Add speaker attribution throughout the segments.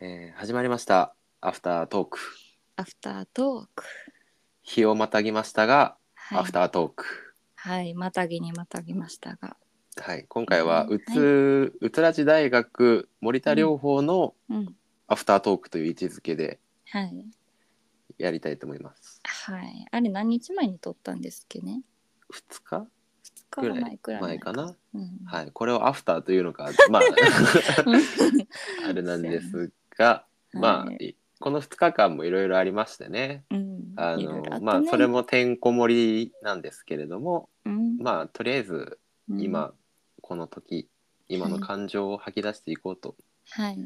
Speaker 1: えー始まりましたアフタートーク
Speaker 2: アフタートーク。
Speaker 1: 日をまたぎましたが、
Speaker 2: はい、
Speaker 1: アフタートーク
Speaker 2: はい、またぎにまたぎましたが。
Speaker 1: はい今回は
Speaker 2: うん
Speaker 1: うつ、うつらじ大学森田療法の
Speaker 2: うん。
Speaker 1: アフタートークという位置づけで
Speaker 2: はい。
Speaker 1: やりたいと思います
Speaker 2: はい。あれ何日前に撮ったんですっけね。
Speaker 1: 2日
Speaker 2: 2日前くらい
Speaker 1: 前か。な
Speaker 2: うん。
Speaker 1: はいこれをアフターというのか まあ あれなんですが
Speaker 2: はい
Speaker 1: まあいこの2日間もいろいろありましてね
Speaker 2: うん。
Speaker 1: あ
Speaker 2: いろ
Speaker 1: の
Speaker 2: いろったね
Speaker 1: まあそれ。もてんこ盛りなんですけれども
Speaker 2: うん。
Speaker 1: まあとりあえず
Speaker 2: うん
Speaker 1: 今、。この時今の感情を吐き出していこうと
Speaker 2: はい。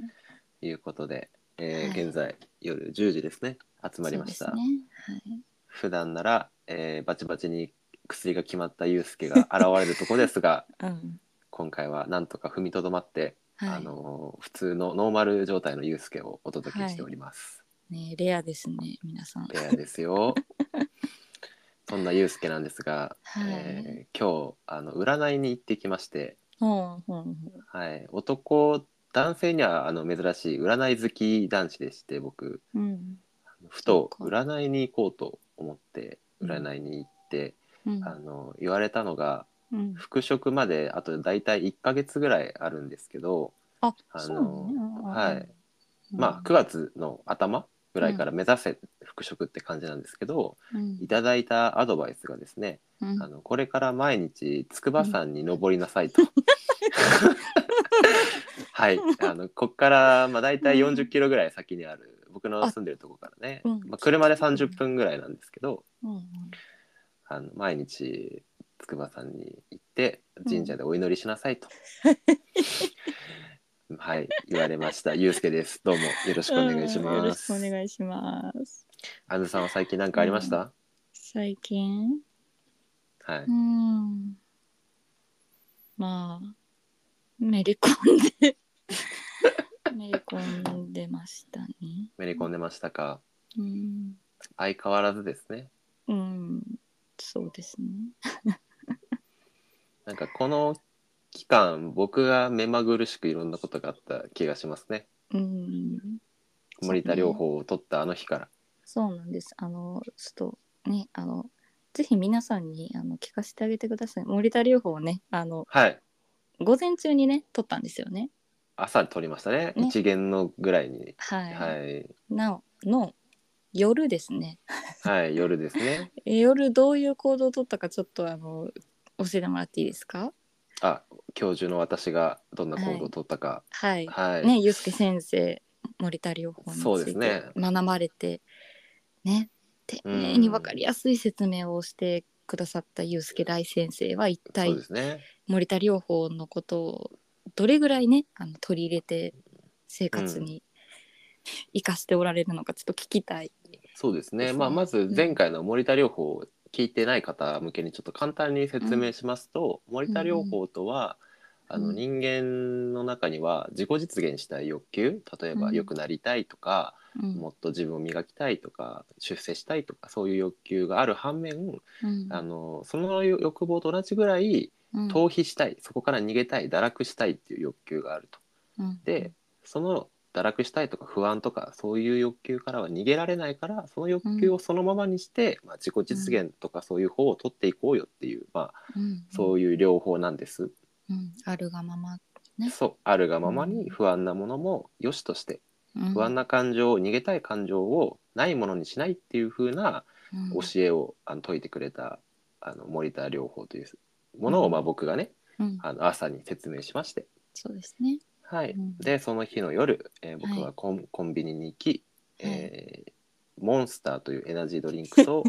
Speaker 1: いうことで、えー
Speaker 2: はい
Speaker 1: 現在夜10時ですね集まりました、
Speaker 2: そうですね。はい。
Speaker 1: 普段なら、えーバチバチに薬が決まったユうスケが現れるとこです が
Speaker 2: うん。
Speaker 1: 今回はなんとか踏みとどまって、
Speaker 2: は
Speaker 1: あ
Speaker 2: い。
Speaker 1: のー普通のノーマル状態のユうスケをお届けしております、
Speaker 2: ね、レアですね、皆さん。
Speaker 1: レアですよそんなユうスケなんですが、
Speaker 2: はい
Speaker 1: えー今日あの占いに行ってきまして
Speaker 2: ほうほうほう。
Speaker 1: はい、男男性にはあの珍しい占い好き男子でして僕
Speaker 2: うん。
Speaker 1: ふと
Speaker 2: そうか
Speaker 1: 占いに行こうと思って占いに行って、
Speaker 2: うん。
Speaker 1: あの言われたのが
Speaker 2: うん。
Speaker 1: 復職まであと大体1ヶ月ぐらいあるんですけど、
Speaker 2: あ、
Speaker 1: あの
Speaker 2: そうなのね。うん
Speaker 1: はい。まあ9月の頭ぐらいから目指せ復職って感じなんですけど、
Speaker 2: うん
Speaker 1: いただいたアドバイスがですね、
Speaker 2: うん
Speaker 1: あのこれから毎日筑波山に登りなさいと。 はい、あのこっからまあ大体
Speaker 2: う
Speaker 1: 40キロぐらい先にある僕の住んでるとこからね、
Speaker 2: あうん
Speaker 1: まあ、車で30分ぐらいなんですけど
Speaker 2: うんうん
Speaker 1: あの毎日筑波山に行って神社でお祈りしなさ いと、はい言われましたゆうすけですどうもよろしくお願いし
Speaker 2: うんよろ
Speaker 1: ま
Speaker 2: しくお
Speaker 1: す
Speaker 2: 願いします。
Speaker 1: あずさんは最近何かありました、
Speaker 2: 最近、
Speaker 1: はいう
Speaker 2: ん。まあ、めり込ん で、めり込んでましたね。
Speaker 1: めり込んでましたか
Speaker 2: うん。
Speaker 1: 相変わらずですね
Speaker 2: うん、そうですね。
Speaker 1: なんかこの期間僕が目まぐるしくいろんなことがあった気がしますね
Speaker 2: うん。
Speaker 1: 森田療法を取ったあの日から
Speaker 2: そうなんです。あの、ちょっとね、あの、ぜひ皆さんにあの聞かせてあげてください。森田療法をね、あの、
Speaker 1: はい
Speaker 2: 午前中にね、撮ったんですよね。
Speaker 1: 朝取りましたね
Speaker 2: ね
Speaker 1: 一元のぐらいに
Speaker 2: はい。
Speaker 1: はい
Speaker 2: なお、の、夜ですね。
Speaker 1: はい夜ですね
Speaker 2: え夜どういう行動をとったかちょっとあの教えてもらっていいですか
Speaker 1: あ教授の私がどんな行動を取ったか
Speaker 2: はい、
Speaker 1: はい、
Speaker 2: ねゆうすけ先生森田療法
Speaker 1: そう
Speaker 2: につ
Speaker 1: です
Speaker 2: い
Speaker 1: ね
Speaker 2: て学ばれてね丁寧に分かりやすい説明をしてくださったゆうすけ大先生は一
Speaker 1: そう
Speaker 2: 体
Speaker 1: ですね
Speaker 2: 森田療法のことをどれぐらいねあの取り入れて生活に生かしておられるのかちょっと聞きたい。
Speaker 1: そうですね
Speaker 2: ですね
Speaker 1: まあまず前回の森田療法を聞いてない方向けにちょっと簡単に説明しますと、森田療法とは、
Speaker 2: うん
Speaker 1: あの人間の中には自己実現したい欲求例えば
Speaker 2: うん
Speaker 1: 良くなりたいとか、
Speaker 2: うん
Speaker 1: もっと自分を磨きたいとか出世したいとかそういう欲求がある反面
Speaker 2: うん
Speaker 1: あのその欲望と同じぐらい
Speaker 2: うん
Speaker 1: 逃避したいそこから逃げたい堕落したいっていう欲求があると。
Speaker 2: うん
Speaker 1: でその堕落したいとか不安とかそういう欲求からは逃げられないからその欲求をそのままにして、まあ、自己実現とかそういう方を取っていこうよっていう、まあ、
Speaker 2: うん
Speaker 1: そういう両方なんです。
Speaker 2: うんあるがまま、ね
Speaker 1: そうあるがままに不安なものも良しとして
Speaker 2: うん
Speaker 1: 不安な感情を逃げたい感情をないものにしないっていう風な
Speaker 2: うん
Speaker 1: 教えをあの説いてくれたあの森田療法というものを、まあ、僕がね
Speaker 2: うん
Speaker 1: あの朝に説明しまして、
Speaker 2: そうですね。
Speaker 1: はい
Speaker 2: うん
Speaker 1: でその日の夜、えー僕はコン,、コンビニに行き、えーモンスターというエナジードリンクと、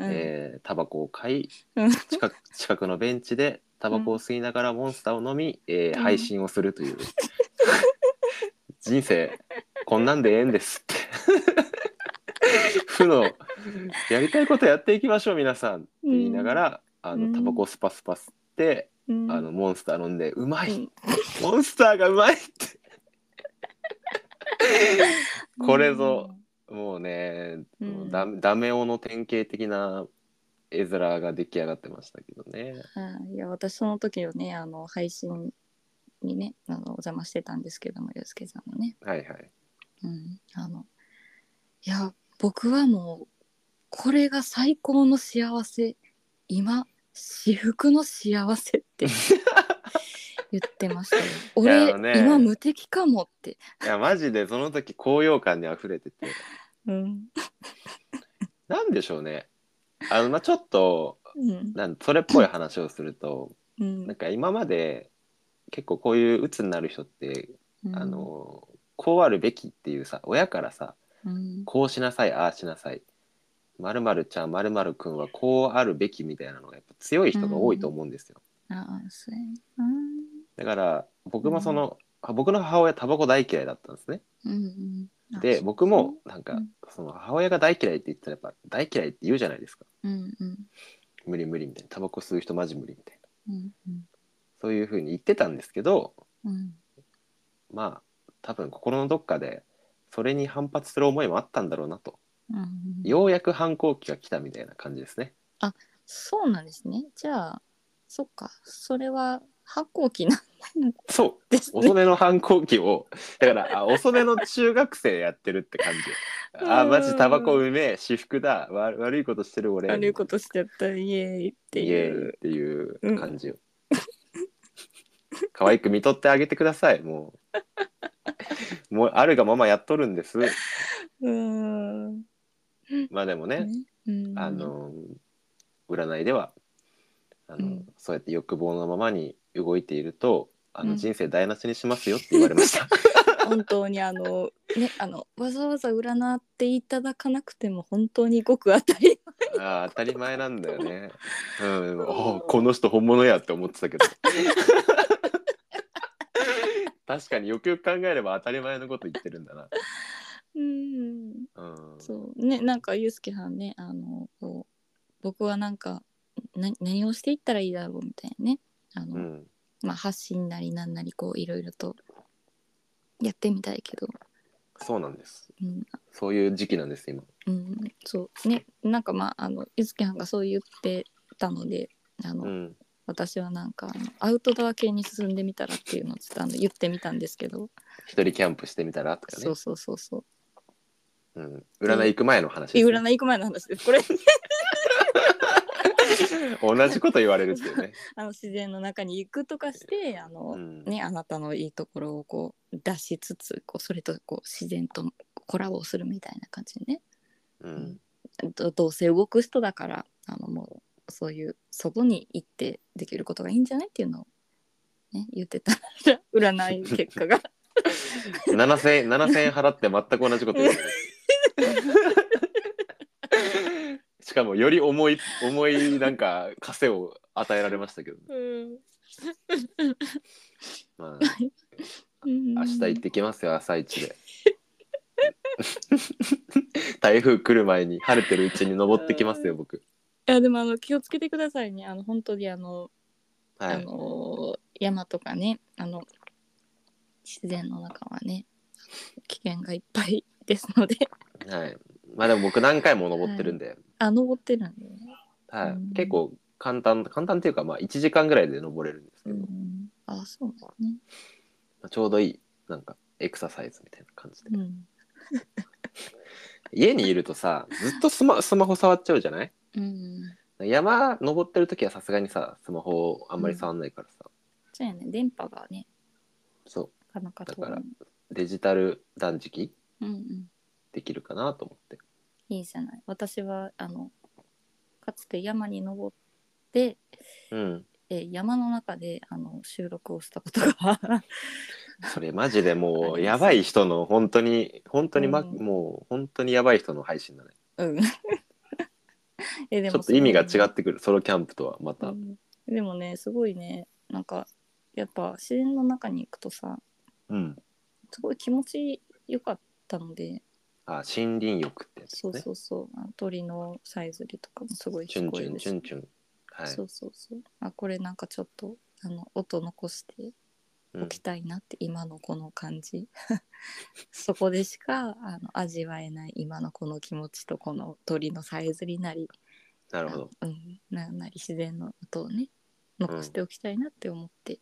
Speaker 1: えータバコを買い
Speaker 2: うん
Speaker 1: 近く近くのベンチでタバコを吸いながらモンスターを飲み、えー
Speaker 2: うん
Speaker 1: 配信をするという 人生こんなんでええんですって。 負のやりたいことやっていきましょう皆さんって言いながら、あ
Speaker 2: う
Speaker 1: の
Speaker 2: ん
Speaker 1: タバコをスパスパ吸って、
Speaker 2: うん
Speaker 1: あのモンスター飲んでうまい、
Speaker 2: うん
Speaker 1: モンスターがうまいってこれぞもうね、
Speaker 2: うん
Speaker 1: もうダダメ男の典型的な絵面が出来上がってましたけどね。
Speaker 2: うん。はい、いや私その時をねあの配信にねあのお邪魔してたんですけどもゆうすけさんのね
Speaker 1: はいはい。
Speaker 2: うん、あのいや僕はもうこれが最高の幸せ今至福の幸せって 言ってましたよ
Speaker 1: い
Speaker 2: 俺、
Speaker 1: やね
Speaker 2: 今無敵かもって、
Speaker 1: いやマジでその時高揚感に溢れてて
Speaker 2: うん
Speaker 1: なんでしょうねあのまあちょっと
Speaker 2: うん
Speaker 1: なんそれっぽい話をすると
Speaker 2: うん
Speaker 1: なんか今まで結構こういう鬱になる人って、
Speaker 2: うん
Speaker 1: あのこうあるべきっていうさ親からさ
Speaker 2: うん
Speaker 1: こうしなさいああしなさいまるまるちゃんまるまるくんはこうあるべきみたいなのがやっぱ強い人が多いと思うんですよ、
Speaker 2: ああそうやな
Speaker 1: だから僕もその、僕の母親タバコ大嫌いだったんですね
Speaker 2: うんうんあ
Speaker 1: で
Speaker 2: そう
Speaker 1: 僕もなんか、
Speaker 2: うん
Speaker 1: その母親が大嫌いって言ったらやっぱ大嫌いって言うじゃないですか
Speaker 2: うんうん
Speaker 1: 無理無理みたいなタバコ吸う人マジ無理みたいな
Speaker 2: うんうん
Speaker 1: そういうふうに言ってたんですけど
Speaker 2: うん
Speaker 1: まあ多分心のどっかでそれに反発する思いもあったんだろうなと
Speaker 2: うん
Speaker 1: ようやく反抗期が来たみたいな感じですね
Speaker 2: そうなんですねじゃあそっかそれは反抗期なん
Speaker 1: そう
Speaker 2: ですね
Speaker 1: 遅めの反抗期をだからあ遅めの中学生やってるって感じあ
Speaker 2: うん
Speaker 1: マジタバコうめえ私服だわ悪いことしてる俺
Speaker 2: 悪いことしちゃったイエーイって
Speaker 1: イエー
Speaker 2: い
Speaker 1: イっ
Speaker 2: う
Speaker 1: ていう感じを、 可愛く見とってあげてくださいもうもうあるがままやっとるんです
Speaker 2: うーん
Speaker 1: まあでもね、
Speaker 2: うん
Speaker 1: あの占いではあの、
Speaker 2: うん
Speaker 1: そうやって欲望のままに動いているとあ
Speaker 2: う
Speaker 1: の
Speaker 2: ん
Speaker 1: 人生台無しにしますよって言われま した、
Speaker 2: 本当にあのねあのわざわざ占っていただかなくても本当にごく当たり
Speaker 1: ああ当たり前なんだよね。うん、ああこの人本物やって思ってたけ ど。確かによくよく考えれば当たり前のこと言ってるんだな。
Speaker 2: うん
Speaker 1: うん、
Speaker 2: そうねなんかユースケさんねあのこう僕はなんかな何をしていったらいいだろうみたいなねあの、
Speaker 1: うん、
Speaker 2: まあ、発信なりなんなりこういろいろとやってみたいけど、
Speaker 1: そうなんです。
Speaker 2: うん
Speaker 1: そういう時期なんです今。
Speaker 2: うん、そうねなんかまああのゆずきはんがそう言ってたのであの、
Speaker 1: うん、
Speaker 2: 私はなんかあのアウトドア系に進んでみたらっていうのをちょっとあの言ってみたんですけど、
Speaker 1: 一人キャンプしてみたらとか
Speaker 2: そ
Speaker 1: ね
Speaker 2: う。そうそうそう
Speaker 1: うん、占い行く前の話
Speaker 2: え
Speaker 1: ですね、
Speaker 2: 占い行く前の話ですこれ
Speaker 1: 同じこと言われるって いうね。
Speaker 2: あの自然の中に行くとかしてあ
Speaker 1: う
Speaker 2: の、
Speaker 1: ん、
Speaker 2: ね、あなたのいいところをこう出しつつこうそれとこう自然とコラボをするみたいな感じでね
Speaker 1: うん、
Speaker 2: どどうせ動く人だからあのもうそういう外に行ってできることがいいんじゃないっていうのを、ね、言ってた 占い結果が
Speaker 1: 七千円七千円払って全く同じこと言われ る。しかもより重い重いなんか枷を与えられましたけど、
Speaker 2: うん
Speaker 1: まあ
Speaker 2: 明
Speaker 1: 明日行ってきますよ朝一 で台風来る前に晴れてるうちに登ってきますよ僕
Speaker 2: いやでもあの気をつけてくださいねあの本当にあの、
Speaker 1: は
Speaker 2: あ
Speaker 1: い
Speaker 2: の山とかねあの自然の中はね危険がいっぱいですので
Speaker 1: はいまあでも僕何回も登ってるんで、
Speaker 2: あ登ってるんでね、
Speaker 1: はい
Speaker 2: うん
Speaker 1: 結構簡単簡単っていうかまあ1時間ぐらいで登れるんですけ
Speaker 2: う
Speaker 1: ど、ま
Speaker 2: ん、あそうですね
Speaker 1: あちょうどいいなんかエクササイズみたいな感じで
Speaker 2: うん
Speaker 1: 家にいるとさずっとスマスマホ触っちゃうじゃない
Speaker 2: うん
Speaker 1: 山登ってる時はさすがにさスマホをあんまり触んないからさ、
Speaker 2: そうやね電波がね
Speaker 1: そ
Speaker 2: なかなか遠い
Speaker 1: だからうデジタル断食
Speaker 2: うんうん、
Speaker 1: できるかなと思って
Speaker 2: いいじゃない私はあのかつて山に登って、
Speaker 1: うん
Speaker 2: えー山の中であの収録をしたことが
Speaker 1: それマジでも
Speaker 2: あ
Speaker 1: う
Speaker 2: ります
Speaker 1: やばい人の本当に本当に、ま
Speaker 2: うん
Speaker 1: もう本当にやばい人の配信だね
Speaker 2: うん えで
Speaker 1: ちょっと意味が違
Speaker 2: っ
Speaker 1: ってくるソロキャンプとはまた、うん
Speaker 2: でもねすごいねなんかやっぱ自然の中に行くとさすごい気持ちよかったので
Speaker 1: あ森林浴ってやつ
Speaker 2: そう
Speaker 1: ね
Speaker 2: そうそう、あの鳥のさえずりとかもすごい
Speaker 1: チュ
Speaker 2: 聞
Speaker 1: ン
Speaker 2: こ
Speaker 1: チ
Speaker 2: え
Speaker 1: ュン
Speaker 2: るし
Speaker 1: チュンチュンはい
Speaker 2: そうそうそうあこれなんかちょっとあの音残して
Speaker 1: う
Speaker 2: 置
Speaker 1: ん
Speaker 2: きたいなって、今のこの感じ そこでしかあの味わえない今のこの気持ちとこの鳥のさえずりなり
Speaker 1: な
Speaker 2: な
Speaker 1: るほど
Speaker 2: うん、ななり自然の音をね残しておきたいなって思って、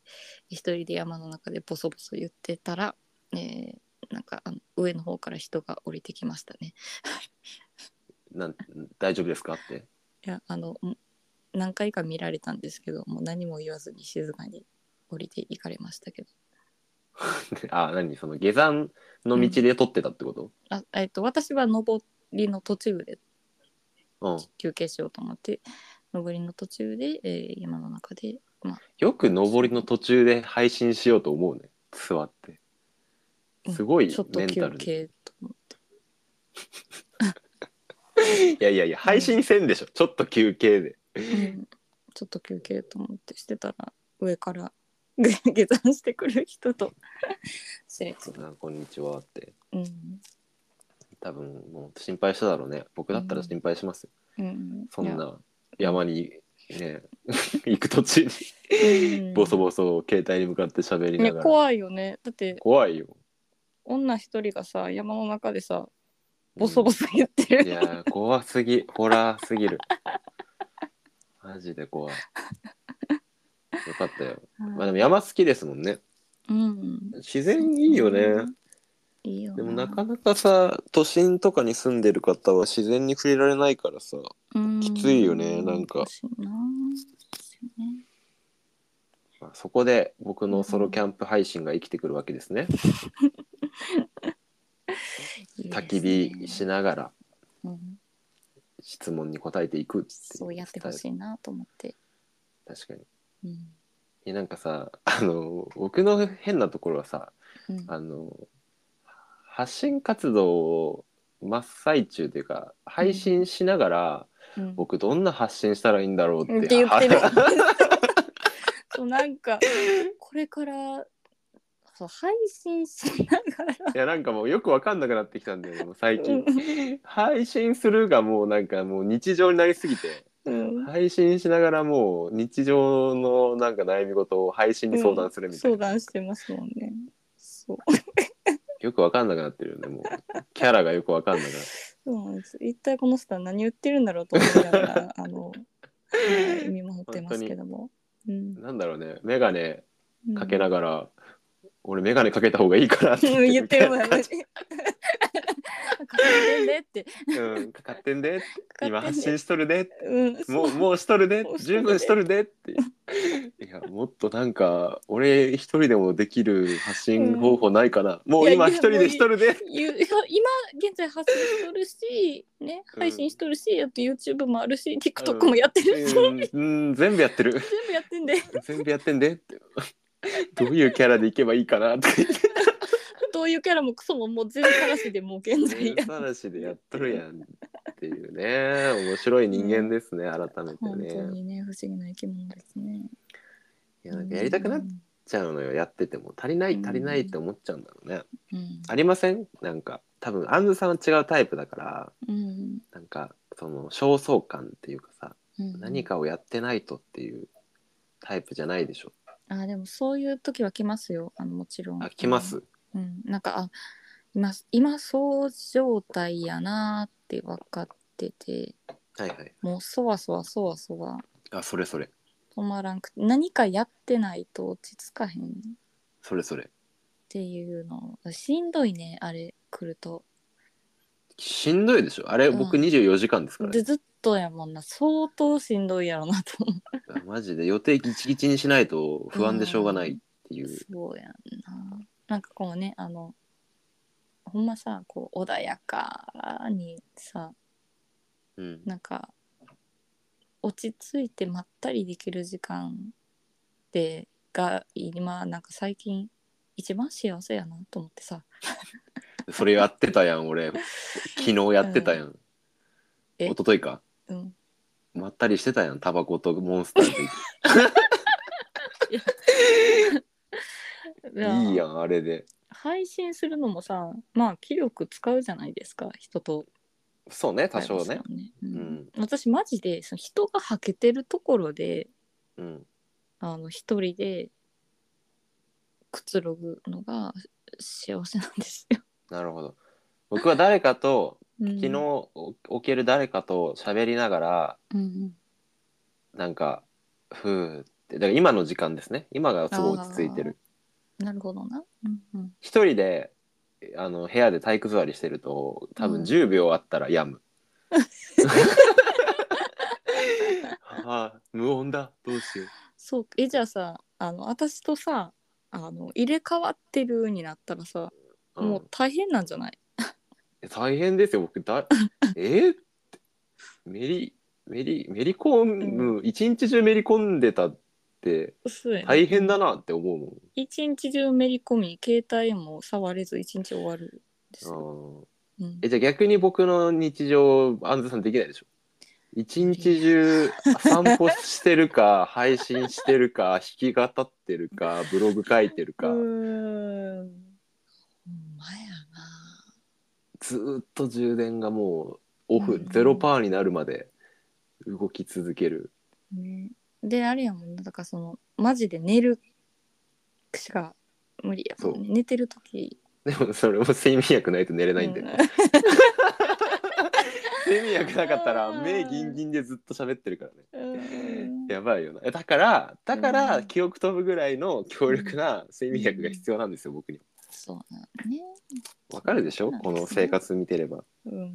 Speaker 2: 一人で山の中でボソボソ言ってたら、えーなんかあの上の方から人が降りてきましたね。
Speaker 1: なん大丈夫ですかって
Speaker 2: いやあのん何回か見られたんですけどもう何も言わずに静かに降りていかれましたけど
Speaker 1: あ何その下山の道で撮ってたってこと、
Speaker 2: あ、えっと私は上りの途中で
Speaker 1: うん、
Speaker 2: 休憩しようと思って上りの途中で、えー山の中で
Speaker 1: よく登りの途中で配信しようと思うね座って
Speaker 2: うん
Speaker 1: すごい
Speaker 2: ちょっと
Speaker 1: メンタ
Speaker 2: 休
Speaker 1: ルで、
Speaker 2: 憩と思って
Speaker 1: いやいやいや配信せんでしょちょっと休憩で
Speaker 2: うんちょっと休憩と思ってしてたら上から 下山してくる人とすれ違う、
Speaker 1: あこんにちはって
Speaker 2: うん
Speaker 1: 多分もう心配しただろうね僕だったら心配しますよ、
Speaker 2: うん、
Speaker 1: そん
Speaker 2: いや
Speaker 1: な山にね 行く途中に
Speaker 2: う ん
Speaker 1: ボソボソ携帯に向かって喋りな
Speaker 2: ね
Speaker 1: がら、
Speaker 2: 怖いよねだって
Speaker 1: 怖いよ
Speaker 2: 女一人がさ山の中でさボソボソ言って
Speaker 1: い
Speaker 2: る、
Speaker 1: やー怖すぎホラーすぎるマジで怖いよかったよまあでも山好きですもんね
Speaker 2: うん
Speaker 1: 自然いいよね
Speaker 2: いいよ
Speaker 1: でもなかなかさ都心とかに住んでる方は自然に触れられないからさきついよねなんか
Speaker 2: 欲しいなね
Speaker 1: まあそこで僕のソロキャンプ配信が生きてくるわけですね
Speaker 2: いいですね
Speaker 1: 焚き火しながら
Speaker 2: うん
Speaker 1: 質問に答えていくっていう
Speaker 2: そうやってほしいなと思って、
Speaker 1: 確かに
Speaker 2: うん
Speaker 1: いやなんかさあの僕の変なところはさ
Speaker 2: うん
Speaker 1: あの発信活動を真っ最中というか配信しながら、
Speaker 2: うん
Speaker 1: 僕どんな発信したらいいんだろうって
Speaker 2: って言ってる
Speaker 1: あ
Speaker 2: そうなんかこれからそう配信しながら
Speaker 1: いやなんかもうよくわかんなくなってきたんだよねもう最近
Speaker 2: う
Speaker 1: 配信するがもうなんかもう日常になりすぎて
Speaker 2: うん
Speaker 1: 配信しながらもう日常のなんか悩み事を配信に相談するみたい
Speaker 2: 相
Speaker 1: な、
Speaker 2: 談してますもんねそう
Speaker 1: よくわかんなくなってるよねもうキャラがよくわかんなくなって
Speaker 2: そうなんです一体この人は何言ってるんだろうと思いなが らあのはい見守ってますけども、うん、
Speaker 1: なんだろうね眼鏡
Speaker 2: うん
Speaker 1: かけながら、俺眼鏡かけた方がいいからっ
Speaker 2: うん言ってるもん
Speaker 1: み
Speaker 2: ね
Speaker 1: たい
Speaker 2: か
Speaker 1: な感
Speaker 2: か
Speaker 1: じ
Speaker 2: ってんでって
Speaker 1: うん、かかってんで
Speaker 2: かかってんで
Speaker 1: 今発信しとるで
Speaker 2: うん
Speaker 1: も
Speaker 2: そう
Speaker 1: うもうしとるで
Speaker 2: もうし
Speaker 1: 十
Speaker 2: とるで
Speaker 1: 分しとるでっていやもっとなんか俺一人でもできる発信方法ないかな、もうい
Speaker 2: や
Speaker 1: 今
Speaker 2: いや
Speaker 1: 一人でしとるで
Speaker 2: ゆ そう今現在発信しとるし、ね、
Speaker 1: うん
Speaker 2: 配信しとるし、あと YouTube もあるし TikTok もやってるし、
Speaker 1: うんうん全部やってる
Speaker 2: 全部やってんで
Speaker 1: 全部やってんでってどういうキャラでいけばいいかなとか言って
Speaker 2: どういうキャラもクソももう全部話しでもう現在や
Speaker 1: 話でやっとるやんっていうね面白い人間ですね改め
Speaker 2: 本
Speaker 1: て
Speaker 2: 当
Speaker 1: ね
Speaker 2: にね不思議な生き物ですね。
Speaker 1: いやなんかやりたくなっちゃうのよやってても足りない足りないって思っちゃうんだろうね
Speaker 2: うん
Speaker 1: ありませんなんか多分アンズさんは違うタイプだから
Speaker 2: うん
Speaker 1: なんかその焦燥感っていうかさ
Speaker 2: うん、
Speaker 1: 何かをやってないとっていうタイプじゃないでしょ
Speaker 2: あでもそういう時は来ますよあのもちろん
Speaker 1: あ来ます
Speaker 2: うん、なんかあ今今そう状態やなーって分かってて
Speaker 1: はいはい
Speaker 2: もうそわそわそわそわ
Speaker 1: あそれそれ
Speaker 2: 止まらんくて何かやってないと落ち着かへんっ
Speaker 1: それそれ
Speaker 2: ていうのしんどいねあれ来ると
Speaker 1: しんどいでしょあれ
Speaker 2: うん
Speaker 1: 僕24時間ですから
Speaker 2: で
Speaker 1: ね
Speaker 2: ずっとやもんな相当しんどいやろなと思
Speaker 1: あマジで予定ギチギチにしないと不安でしょうがないっていうう
Speaker 2: そうやんななんかこうねあのほんまさこう穏やかにさ
Speaker 1: うん
Speaker 2: なんか落ち着いてまったりできる時間でが今なんか最近一番幸せやなと思ってさ
Speaker 1: それやってたやん俺昨日やってたやん
Speaker 2: え
Speaker 1: 一昨日か
Speaker 2: うん
Speaker 1: まったりしてたやんタバコとモンスター
Speaker 2: い
Speaker 1: でいいやんあれで
Speaker 2: 配信するのもさまあ気力使うじゃないですか人と
Speaker 1: そうね多少ね
Speaker 2: 会話するの
Speaker 1: う
Speaker 2: うん
Speaker 1: ん
Speaker 2: 私マジでその人がはけてるところで
Speaker 1: うん
Speaker 2: あの一人でくつろぐのが幸せなんですよ、
Speaker 1: なるほど僕は誰かと
Speaker 2: うん
Speaker 1: 昨日おおける誰かと喋りながら
Speaker 2: うん
Speaker 1: なんかふうってだから今の時間ですね今がすごい落ち着いてる
Speaker 2: うん、なるほどな、うんうん、
Speaker 1: 一人であの部屋で体育座りしてると多分10秒あったら病 む。ああ無音だどうしよう。
Speaker 2: そうえじゃあさあの私とさあの入れ替わってるになったらさ、
Speaker 1: うん
Speaker 2: もう大変なんじゃない
Speaker 1: 大変ですよ僕 だえってメリメリめり込む一日中めり込んでたって
Speaker 2: そうやね
Speaker 1: 大変だなって思うもん
Speaker 2: 一日中めり込み携帯も触れず一日終わるですよ、
Speaker 1: うん
Speaker 2: うん
Speaker 1: えじゃあ逆に僕の日常安住さんできないでしょ一日中散歩してる か配信してるか弾き語ってるかブログ書いてるか、
Speaker 2: うーんほんまやな
Speaker 1: ずーっと充電がもうオ
Speaker 2: う
Speaker 1: フ
Speaker 2: ん
Speaker 1: ゼロパーになるまで動き続ける、
Speaker 2: ね、であれやもんなだからそのマジで寝るしか無理やもんね寝てる時
Speaker 1: でもそれも睡眠薬ないと寝れないんで、
Speaker 2: う
Speaker 1: 睡眠薬なかったら
Speaker 2: うん
Speaker 1: 目ギンギンでずっと喋ってるからね
Speaker 2: うん
Speaker 1: やばいよなえだからだから
Speaker 2: うん
Speaker 1: 記憶飛ぶぐらいの強力な睡眠薬が必要なんですよ僕に
Speaker 2: そうなのね
Speaker 1: わかるでしょ
Speaker 2: そうなん
Speaker 1: こ
Speaker 2: ですね
Speaker 1: の生活見てれば
Speaker 2: うん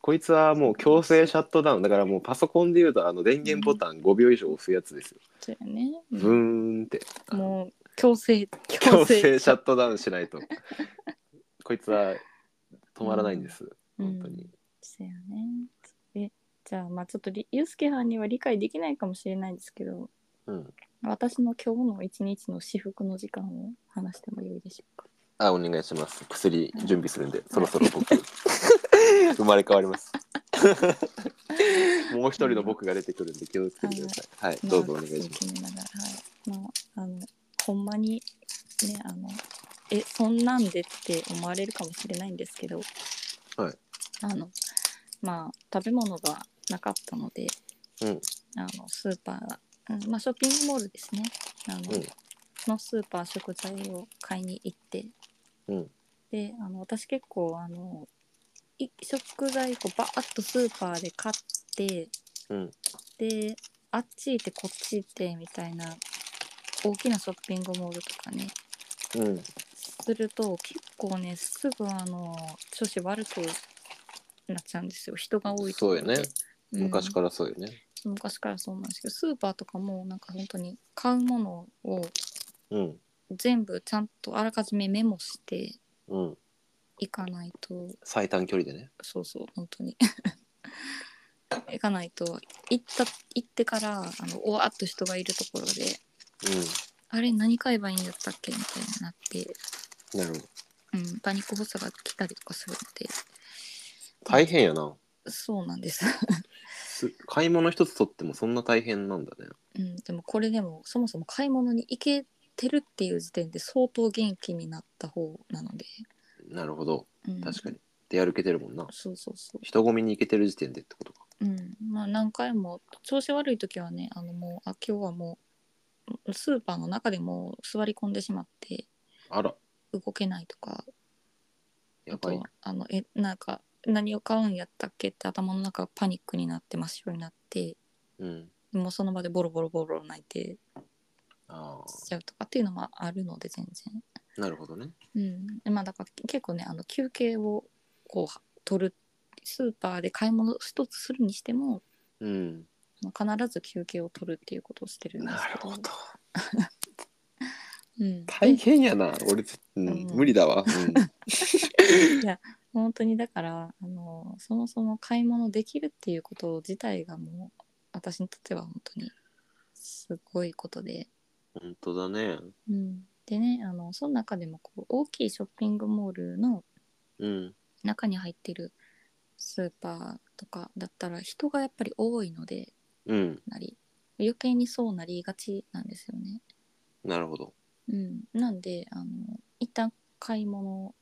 Speaker 1: こいつはもう強制シャットダウンだからもうパソコンで言うとあの電源ボタン5秒以上押すやつですよ
Speaker 2: そうやね
Speaker 1: ブーンって
Speaker 2: もう強制
Speaker 1: 強制シャットダウンし ないとこいつは止まらないんです
Speaker 2: うん
Speaker 1: 本当に
Speaker 2: そうやねえじゃあまあちょっとりユースケはんには理解できないかもしれないんですけど
Speaker 1: うん
Speaker 2: 私の今日の一日の私服の時間を話してもよいでしょうか
Speaker 1: あ、お願いします。薬準備するんで、そろそろ 僕。生まれ変わり ます。もう一人の僕が出てくるんで、気をつけてください。はい、どうぞお願いします。
Speaker 2: す。決めながら、はい。まあ、あの、ほんまに、ね、あの、え、そんなんでって思われるかもしれないんですけど、
Speaker 1: はい。
Speaker 2: あの、まあ、食べ物がなかったので、
Speaker 1: うん
Speaker 2: あの、スーパー、うん、まあ、ショッピングモールですね。あの、
Speaker 1: うん
Speaker 2: のスーパー食材を買いに行って、
Speaker 1: うん
Speaker 2: であの私結構あのい食材こうバーッとスーパーで買って、
Speaker 1: うん
Speaker 2: であっち行ってこっち行ってみたいな大きなショッピングモールとかね
Speaker 1: うん、
Speaker 2: すると結構ねすぐあの調子悪くなっちゃうんですよ人が多いところ
Speaker 1: そ
Speaker 2: で
Speaker 1: うよね
Speaker 2: うん
Speaker 1: 昔からそうよね。
Speaker 2: 昔からそうなんですけどスーパーとかもなんか本当に買うものを
Speaker 1: うん、
Speaker 2: 全部ちゃんとあらかじめメモして
Speaker 1: うん、
Speaker 2: いかないと
Speaker 1: 最短距離でね。
Speaker 2: そうそう本当に 行かないと行った行ってからあのおわっと人がいるところであれ何買えばいいんだったっけみたいになって、
Speaker 1: うん、なるほど。
Speaker 2: うん、パニック発作が来たりとかするので
Speaker 1: 大変やな。
Speaker 2: そうなんです、
Speaker 1: す買い物一つとっても、そんな大変なんだね。
Speaker 2: うん、でもこれでもそもそも買い物に行けてるっていう時点で相当元気になった方なので、
Speaker 1: なるほど、
Speaker 2: うん、
Speaker 1: 確かに。出歩けてるもんな。
Speaker 2: そうそうそう
Speaker 1: 人混みに行けてる時点でってことか。
Speaker 2: うん、まあ何回も調子悪い時はねあのもうあ今日はもうスーパーの中でもう座り込んでしまって
Speaker 1: あら、
Speaker 2: 動けないとか
Speaker 1: や
Speaker 2: あ
Speaker 1: ばい
Speaker 2: と。あのえなんか何を買うんやったっけって頭の中がパニックになって真っ白になって
Speaker 1: うん、
Speaker 2: もうその場でボロボロボロ泣いて
Speaker 1: あ
Speaker 2: しちゃうとかっていうのもあるので全
Speaker 1: あ、なるほどね。
Speaker 2: 然、うん、まあだから結構ねあの休憩をこう取るスーパーで買い物一つするにしても
Speaker 1: うん、
Speaker 2: あの必ず休憩を取るっていうことをしてるんです
Speaker 1: な
Speaker 2: け
Speaker 1: る
Speaker 2: ど
Speaker 1: ほど。
Speaker 2: うん、
Speaker 1: 大変やな俺ちょうん
Speaker 2: うん
Speaker 1: 無理だわ、 う
Speaker 2: 本当にだからあのそもそも買い物できるっていうこと自体がもう私にとっては本当にすごいことで、
Speaker 1: ん、本当だね
Speaker 2: うん、でねあのその中でもこう大きいショッピングモールの
Speaker 1: うん
Speaker 2: 中に入ってるスーパーとかだったら人がやっぱり多いので
Speaker 1: うん
Speaker 2: なり余計にそうなりがちなんですよね。
Speaker 1: なるほど
Speaker 2: うん、なんであの一旦買い物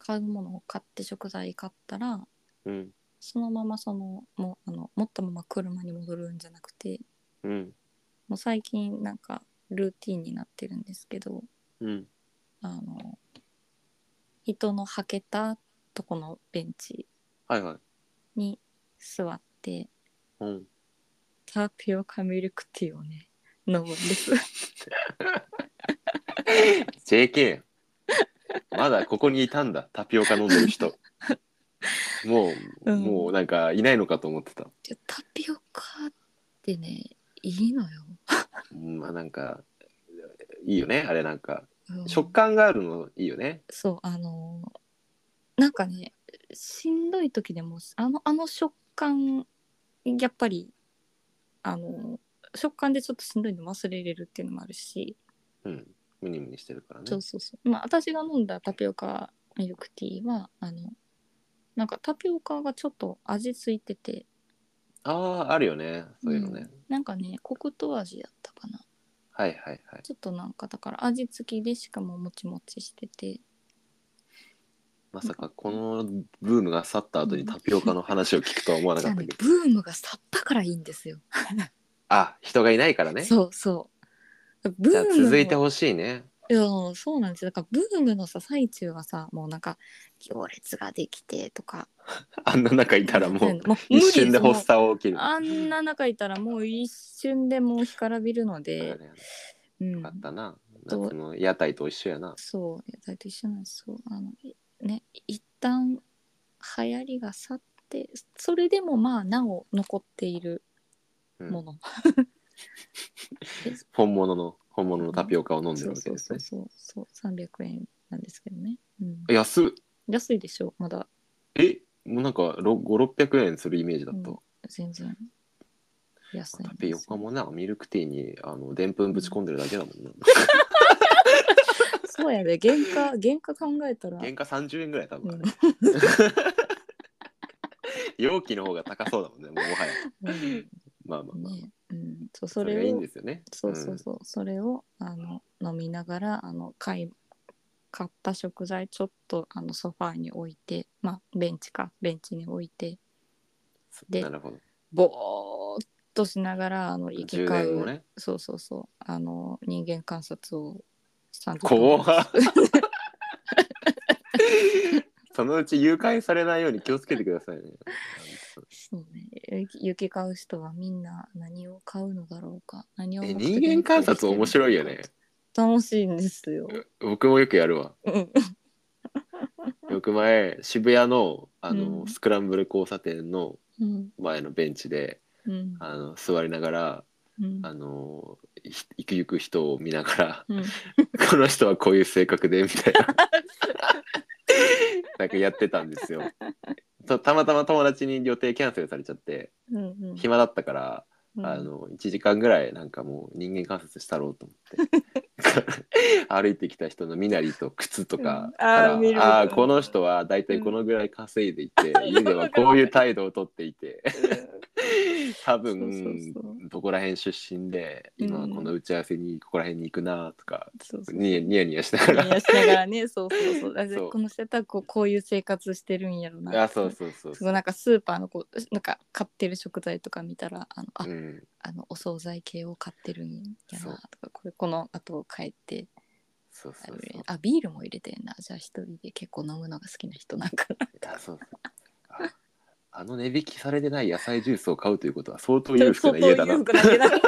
Speaker 2: 買うものを買って食材買ったら
Speaker 1: うん
Speaker 2: そのままそのもうあの持ったまま車に戻るんじゃなくて
Speaker 1: うん
Speaker 2: もう最近なんかルーティンになってるんですけど
Speaker 1: うん
Speaker 2: あの人のはけたとこのベンチ
Speaker 1: はいはい
Speaker 2: に座って
Speaker 1: うん
Speaker 2: タピオカミルクティーをね飲むんです
Speaker 1: JK まだここにいたんだタピオカ飲んでる人もう、
Speaker 2: うん
Speaker 1: もうなんかいないのかと思ってた、
Speaker 2: いやタピオカってねいいのよ、
Speaker 1: うんまあなんかいいよねあれなんか
Speaker 2: うん
Speaker 1: 食感があるのいいよね
Speaker 2: そうあのーなんかねしんどい時でもあのあの食感やっぱりあのー食感でちょっとしんどいの忘れれるっていうのもあるし、
Speaker 1: うんムニムニしてるからね
Speaker 2: そうそうそうまあ私が飲んだタピオカミルクティーはあのなんかタピオカがちょっと味ついてて
Speaker 1: あああるよねそういうのね、
Speaker 2: なんかね黒糖味やったかな
Speaker 1: はいはいはい
Speaker 2: ちょっとなんかだから味付きでしかももちもちしてて
Speaker 1: まさかこのブームが去った後にタピオカの話を聞くとは思わな
Speaker 2: じ
Speaker 1: かっ
Speaker 2: ゃあ
Speaker 1: た
Speaker 2: ね
Speaker 1: けど
Speaker 2: ブームが去ったからいいんですよ
Speaker 1: あ人がいないからねじ
Speaker 2: そうそう。ブ
Speaker 1: ゃあ
Speaker 2: ームの
Speaker 1: 続いてほしいね
Speaker 2: いやそうなんですよ。だからブームのさ最中はさもうなんか行列ができてとか
Speaker 1: あんな中いたらも
Speaker 2: そうい
Speaker 1: う
Speaker 2: うのもう無理
Speaker 1: 一瞬で
Speaker 2: もう
Speaker 1: 発作を起きる
Speaker 2: あんな中いたらもう一瞬でもう干からびるの
Speaker 1: あ
Speaker 2: で、
Speaker 1: れ
Speaker 2: うん
Speaker 1: あ、ったな
Speaker 2: どう
Speaker 1: 夏の屋台と一緒やな
Speaker 2: そう大体一緒なんですよ。あのね一旦流行りが去ってそれでもまあなお残っている
Speaker 1: うん
Speaker 2: もの、
Speaker 1: 本物の本物のタピオカを飲んでる
Speaker 2: そ
Speaker 1: わ
Speaker 2: う
Speaker 1: け
Speaker 2: そ
Speaker 1: で
Speaker 2: う
Speaker 1: す
Speaker 2: そ
Speaker 1: ね
Speaker 2: うそうそう300円なんですけどね、うん、
Speaker 1: 安っ
Speaker 2: 安いでしょまだ
Speaker 1: えもうなんかろ5600円するイメージだと、
Speaker 2: 全然安いんですよ
Speaker 1: タピオカもなミルクティーにあのでんぷんぶち込んでるだけだもんな
Speaker 2: そうやで原価原価考えたら
Speaker 1: 原価30円ぐらい多分あれ
Speaker 2: うん
Speaker 1: 容器の方が高そうだもんねもうもはや
Speaker 2: う
Speaker 1: まあまあ
Speaker 2: ん
Speaker 1: まあ、
Speaker 2: ねうんそう
Speaker 1: そ
Speaker 2: そ
Speaker 1: れ
Speaker 2: れ
Speaker 1: がいいん
Speaker 2: を
Speaker 1: ですよね
Speaker 2: そうそうそうそれをあの飲みながらあの買い買った食材ちょっとあのソファーに置いてまあベンチかベンチに置いて
Speaker 1: うん
Speaker 2: で
Speaker 1: なるほど
Speaker 2: ぼーっとしながらあの行き
Speaker 1: 10
Speaker 2: 交
Speaker 1: 年
Speaker 2: う、
Speaker 1: 後ね
Speaker 2: そうそうそうあの人間観察をしたん
Speaker 1: 怖っ そのうち誘拐されないように気をつけてくださいね
Speaker 2: そうね、行き買う人はみんな何を買うのだろうか何を
Speaker 1: え人間観察面白いよね
Speaker 2: 楽しいんですよ、
Speaker 1: 僕もよくやるわ
Speaker 2: うん、
Speaker 1: よく前渋谷のあの、
Speaker 2: うん
Speaker 1: スクランブル交差点の
Speaker 2: うん
Speaker 1: 前のベンチで
Speaker 2: うん
Speaker 1: あの座りながら
Speaker 2: うん
Speaker 1: あのひ行く行く人を見なが ら
Speaker 2: うん
Speaker 1: この人はこういう性格でみたい ななんかやってたんですよたたまたま友達に予定キャンセルされちゃって
Speaker 2: うん
Speaker 1: 暇だったから、
Speaker 2: うん
Speaker 1: あの1時間ぐらいなんかもう人間観察したろうと思って 歩いてきた人の身なりと靴とかから、
Speaker 2: うんあー見る
Speaker 1: ああーこの人は大体このぐらい稼いでい て、家ではこういう態度をとっていて多分
Speaker 2: そうそうそ
Speaker 1: どこら辺出身で今この打ち合わせにここら辺に行くなとか、
Speaker 2: そうそう
Speaker 1: ニヤニヤニヤしながら
Speaker 2: 見やしながらねそうそうそうだって
Speaker 1: そう
Speaker 2: この人やったらこうこういう生活してるんやろ な
Speaker 1: あそうそうそう
Speaker 2: す
Speaker 1: そう
Speaker 2: ごいなんかスーパーのこうなんか買ってる食材とか見たらあのあ,、
Speaker 1: うん、
Speaker 2: あのお惣菜系を買ってるんやな
Speaker 1: そう
Speaker 2: とかこれこの後を帰って
Speaker 1: そうそ
Speaker 2: あ
Speaker 1: うそう
Speaker 2: あビールも入れてんなじゃあ一人で結構飲むのが好きな人なんかな
Speaker 1: あそうそうああの値引きされてない野菜ジュースを買うということは相当裕福な家だなっ
Speaker 2: 相当裕福な家だな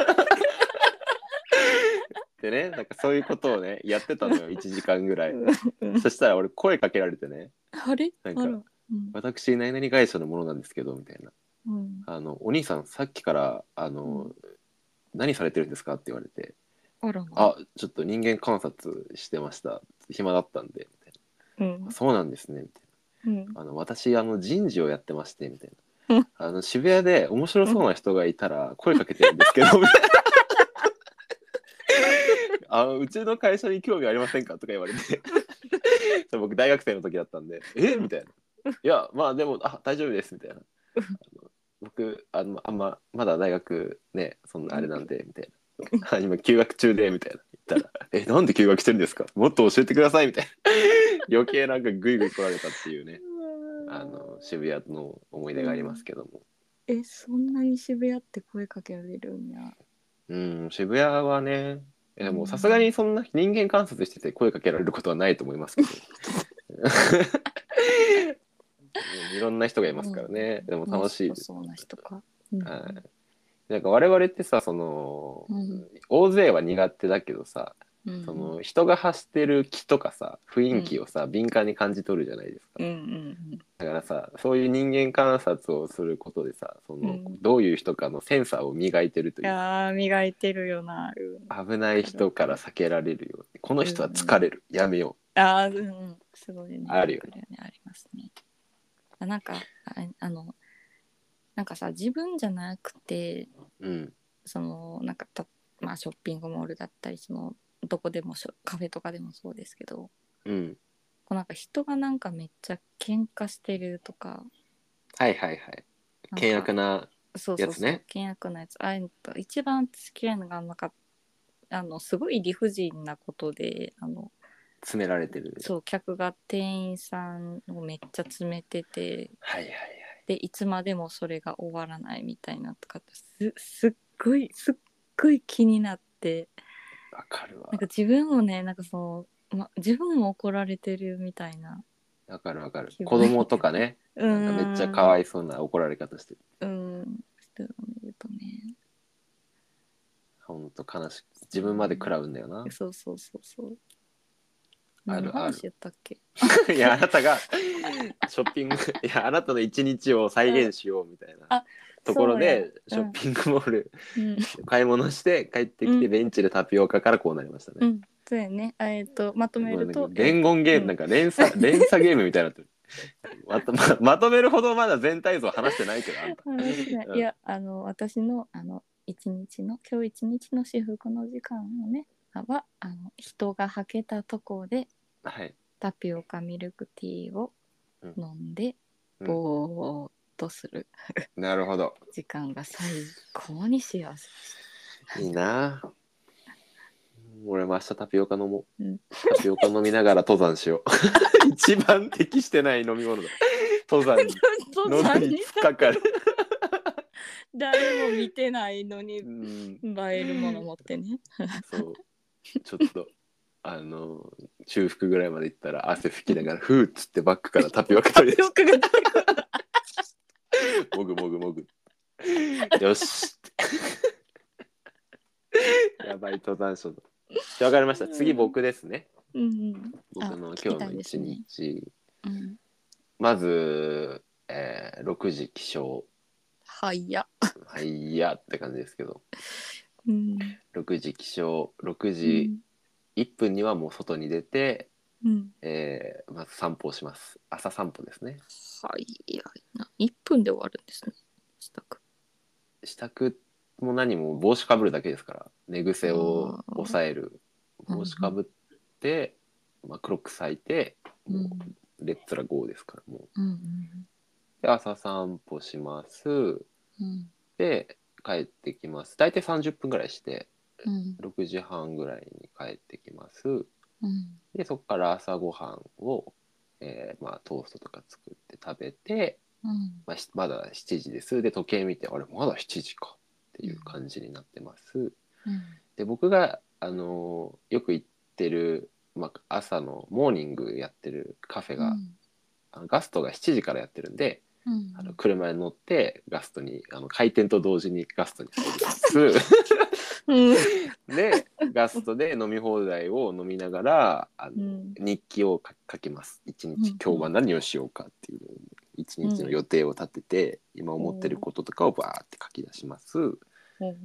Speaker 1: てねなんかそういうことを ねやってたのよ1時間ぐらい
Speaker 2: う ん
Speaker 1: そしたら俺声かけられてね
Speaker 2: あれ
Speaker 1: な
Speaker 2: あ、
Speaker 1: んから
Speaker 2: うん
Speaker 1: 「私何々会社のものなんですけど」みたいな
Speaker 2: うん
Speaker 1: 「あのお兄さんさっきからあの何されてるんですか?」って言われて
Speaker 2: あ
Speaker 1: 「
Speaker 2: らま
Speaker 1: あちょっと人間観察してました暇だったんで」みたい
Speaker 2: うん
Speaker 1: な「そうなんですね」みたいな。
Speaker 2: うん
Speaker 1: あの私あの人事をやってましてみたいうなあの渋谷で面白そうな人がいたら声かけてるんですけど みたいなあのうちの会社に興味ありませんかとか言われてそう僕大学生の時だったんでえみたいないやまあでもあ大丈夫ですみたいなあの僕あのあんままだ大学ねそんなあれなんでみたいな今休学中でみたいな言ったら「えなんで休学してるんですかもっと教えてください」みたいな余計なんかグイグイ来られたっていうねあの渋谷の思い出がありますけども、
Speaker 2: えそんなに渋谷って声かけられるんや
Speaker 1: うん、渋谷はねいやもううんさすがにそんな人間観察してて声かけられることはないと思います けどいろんな人がいますからね、でも楽しいで
Speaker 2: 面白
Speaker 1: す、
Speaker 2: そうな人か、うん
Speaker 1: はい、なんか我々ってさその、
Speaker 2: うん
Speaker 1: 大勢は苦手だけどさ
Speaker 2: うん
Speaker 1: その人が発してる気とかさ雰囲気をさ、敏感に感じ取るじゃないですか、
Speaker 2: うんうん
Speaker 1: だからさそういう人間観察をすることでさその、
Speaker 2: うん
Speaker 1: どういう人かのセンサーを磨いてると
Speaker 2: う
Speaker 1: い
Speaker 2: ん、いう
Speaker 1: か
Speaker 2: やー磨いてるよな、うん
Speaker 1: 危ない人から避けられるようにこの人は疲れる、やめよ
Speaker 2: あーうんうんすごいね
Speaker 1: あるよね
Speaker 2: ねありますねあなんかああのなんかさ自分じゃなくて
Speaker 1: う、うん、
Speaker 2: そのなんかた、まあ、ショッピングモールだったりそのどこでもショカフェとかでもそうですけどこ
Speaker 1: うん、
Speaker 2: うなんか人がなんかめっちゃ喧嘩してるとか
Speaker 1: はいはいはい
Speaker 2: なんか
Speaker 1: 険悪な
Speaker 2: そうそ
Speaker 1: や
Speaker 2: う
Speaker 1: つ
Speaker 2: そう
Speaker 1: ね
Speaker 2: 険悪なやつああいうのと一番嫌いなのがなんかあのすごい理不尽なことであの
Speaker 1: 詰められてる
Speaker 2: そう客が店員さんをめっちゃ詰めてて
Speaker 1: はいはいはい
Speaker 2: でいつまでもそれが終わらないみたいなとかってすすっごいすっごい気になって
Speaker 1: わかるわ
Speaker 2: なんか自分もねなんかその、ま、自分も怒られてるみたいな
Speaker 1: わかるわかる
Speaker 2: 気分
Speaker 1: 子供とかね
Speaker 2: う
Speaker 1: なんかめっちゃか
Speaker 2: わ
Speaker 1: わ
Speaker 2: い
Speaker 1: いそうな怒られ方してる
Speaker 2: うんそういうの見るとね
Speaker 1: ほんと悲しく自分まで食らうんだよな
Speaker 2: そうそうそうそう
Speaker 1: ある
Speaker 2: 何の話やったっけ
Speaker 1: いやあなたがショッピングいやあなたの一日を再現しようみたいな
Speaker 2: あ
Speaker 1: ところでシ
Speaker 2: そ
Speaker 1: ョ
Speaker 2: うやう
Speaker 1: ッ
Speaker 2: ん
Speaker 1: ピングモール
Speaker 2: うん
Speaker 1: 買い物して帰ってき
Speaker 2: う
Speaker 1: て
Speaker 2: ん
Speaker 1: ベンチでタピオカからこうなりました
Speaker 2: う
Speaker 1: ね。
Speaker 2: んそうやねあえっとまとめ
Speaker 1: も
Speaker 2: る
Speaker 1: う
Speaker 2: と
Speaker 1: なんか伝言ゲームなんか連鎖、 連鎖ゲームみたいになってる。まとままとめるほどまだ全体像話してないけどあんた。
Speaker 2: 話しない
Speaker 1: うん
Speaker 2: いやあの私のあの一日の今日一日の私服の時間をねはあの人がはけたとこで
Speaker 1: はい。
Speaker 2: タピオカミルクティーを
Speaker 1: うん
Speaker 2: 飲んで、
Speaker 1: うん
Speaker 2: ぼーっとする
Speaker 1: なるほど。
Speaker 2: 時間が最高に幸 せ
Speaker 1: いいな。俺も明日タピオカ飲もう。
Speaker 2: うん
Speaker 1: タピオカ飲みながら登山しよう。 一番適してない飲み物だ。登山に。
Speaker 2: 登
Speaker 1: 喉
Speaker 2: 山
Speaker 1: に
Speaker 2: に
Speaker 1: 突っか かる。
Speaker 2: 誰も見てないのに
Speaker 1: う
Speaker 2: 映
Speaker 1: ん
Speaker 2: えるもの持ってね
Speaker 1: そう。ちょっと、あの、中腹ぐらいまで行ったら汗拭きながら、ふーっつってバッグからタピオカ取り出
Speaker 2: よ
Speaker 1: し
Speaker 2: くが
Speaker 1: て、もぐもぐもぐ。よし。やばい登山者だ。わかりました。次僕ですね。
Speaker 2: うん
Speaker 1: 僕の
Speaker 2: あ聞
Speaker 1: 今
Speaker 2: きた
Speaker 1: 日
Speaker 2: い
Speaker 1: の
Speaker 2: です
Speaker 1: 一
Speaker 2: ね
Speaker 1: 日。
Speaker 2: うん
Speaker 1: まず、えー、6時起床。
Speaker 2: はいや
Speaker 1: はいやって感じですけど。
Speaker 2: うん
Speaker 1: 6時起床、6時1分にはもう外に出て、
Speaker 2: うん
Speaker 1: えーまず散歩をします。朝散歩ですね。
Speaker 2: はいやな1分で終わるんですね支度
Speaker 1: 支度も何も帽子かぶるだけですから寝癖を抑える
Speaker 2: うん
Speaker 1: 帽子かぶって、まあ、クロック咲いて
Speaker 2: う
Speaker 1: も
Speaker 2: ん
Speaker 1: うレッツラゴーですからもう
Speaker 2: うん
Speaker 1: で朝散歩します
Speaker 2: うん
Speaker 1: で帰ってきます大体30分ぐらいして
Speaker 2: うん
Speaker 1: 6時半ぐらいに帰ってきます
Speaker 2: うん
Speaker 1: でそこから朝ごはんを、えーまあ、トーストとか作って食べて、
Speaker 2: うん
Speaker 1: まあ、しまだ7時ですで時計見てあれまだ7時かっていう感じになってます、で僕が、あのーよく行ってる、まあ、朝のモーニングやってるカフェが、あのガストが7時からやってるんで、
Speaker 2: うん
Speaker 1: あの車に乗ってガストにあの開店と同時にガストに入 ります
Speaker 2: うん
Speaker 1: でガストで飲み放題を飲みながらあの、
Speaker 2: うん
Speaker 1: 日記を書書きます一日、
Speaker 2: うん
Speaker 1: 今日は何をしようかっていう一日の予定を立てて、今思ってることとかをバーって書き出します。
Speaker 2: うん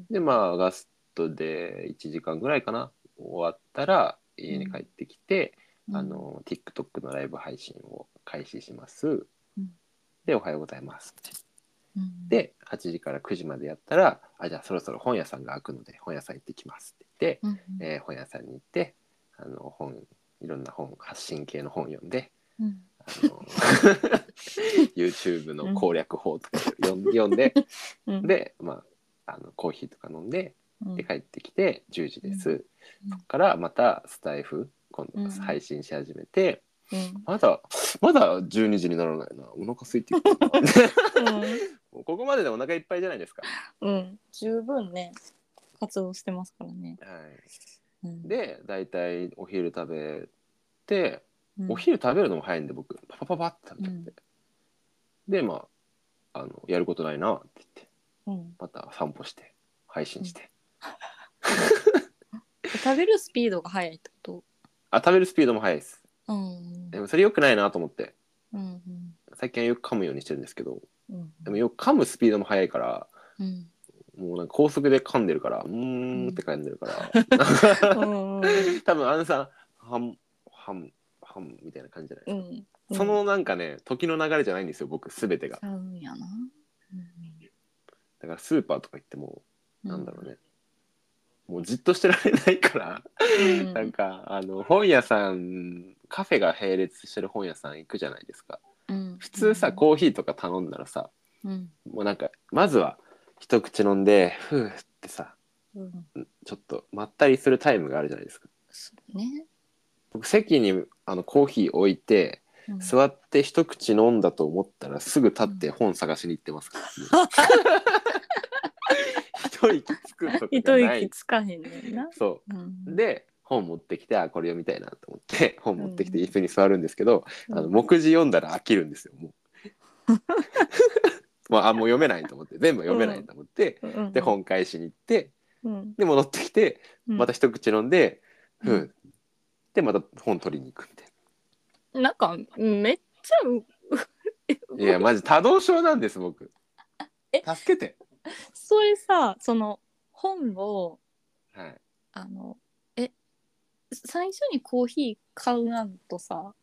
Speaker 1: でまあガストで1時間ぐらいかな終わったら家に帰ってきて、あの TikTok のライブ配信を開始します。
Speaker 2: うん
Speaker 1: で「おはようございます」
Speaker 2: うん
Speaker 1: で8時から9時までやったら「あじゃあそろそろ本屋さんが開くので本屋さん行ってきます」って
Speaker 2: うん
Speaker 1: 言って、えー本屋さんに行ってあの本いろんな本発信系の本読んで。
Speaker 2: うん
Speaker 1: あ の YouTube の攻略法とか読ん読んで、
Speaker 2: うん
Speaker 1: で、まあ、あのコーヒーとか飲んで、
Speaker 2: うん
Speaker 1: で帰ってきて10時です、
Speaker 2: うん
Speaker 1: そこからまたスタイフ今
Speaker 2: う
Speaker 1: 度
Speaker 2: ん
Speaker 1: 配信し始めて、
Speaker 2: うん
Speaker 1: まだまだ12時にならないなお腹空いてき たなもうここまででお腹いっぱいじゃないですか、
Speaker 2: うん十分ね活動してますからね
Speaker 1: はい、
Speaker 2: うん
Speaker 1: で大体お昼食べて、
Speaker 2: うん
Speaker 1: お昼食べるのも早いんで僕パパパパって食べちゃって、でまああのやることないなって言って
Speaker 2: うん
Speaker 1: また散歩して配信して、
Speaker 2: 食べるスピードが速いってこと
Speaker 1: あ食べるスピードも速いです
Speaker 2: うん
Speaker 1: でもそれ良くないなと思って
Speaker 2: うん
Speaker 1: 最近はよく噛むようにしてるんですけど
Speaker 2: うん
Speaker 1: でもよく噛むスピードも速いから
Speaker 2: うん
Speaker 1: もうなんか高速で噛んでるからうーんって噛んでるから、
Speaker 2: うんうん
Speaker 1: 多分アンさんはんはんはんみたいな感じじゃないで
Speaker 2: う
Speaker 1: すか、
Speaker 2: ん
Speaker 1: そのなんかね時の流れじゃないんですよ僕全てが
Speaker 2: ちゃうんやな
Speaker 1: だからスーパーとか行っても
Speaker 2: う
Speaker 1: なんだろうね、もうじっとしてられないから、
Speaker 2: うん
Speaker 1: なんかあの本屋さんカフェが並列してる本屋さん行くじゃないですか
Speaker 2: うん
Speaker 1: 普通さコーヒーとか頼んだらさ
Speaker 2: うん
Speaker 1: もうなんかまずは一口飲んでふーってさ
Speaker 2: うん
Speaker 1: ちょっとまったりするタイムがあるじゃないですか
Speaker 2: そうね
Speaker 1: 僕席にあのコーヒー置いて
Speaker 2: うん
Speaker 1: 座って一口飲んだと思ったらすぐ立って本探しに行ってますから、一息つくとか
Speaker 2: 一
Speaker 1: がない
Speaker 2: 息つかへんねんな
Speaker 1: そう
Speaker 2: うん
Speaker 1: で本持ってきてあこれ読みたいなと思って本持ってきて
Speaker 2: うん
Speaker 1: 椅子に座るんですけど、あの目次読んだら飽きるんですよも うもうあもう読めないと思って全部読めないと思って、
Speaker 2: うん
Speaker 1: で本返しに行って
Speaker 2: うん
Speaker 1: で戻ってきて
Speaker 2: うん
Speaker 1: また一口飲んで、
Speaker 2: うん
Speaker 1: うんでまた本取りに行くみたい
Speaker 2: なんかめっちゃう
Speaker 1: ないやマジ多動症なんです僕
Speaker 2: え
Speaker 1: 助けて
Speaker 2: それさその本を
Speaker 1: はい
Speaker 2: あのえ最初にコーヒー買うなんとさ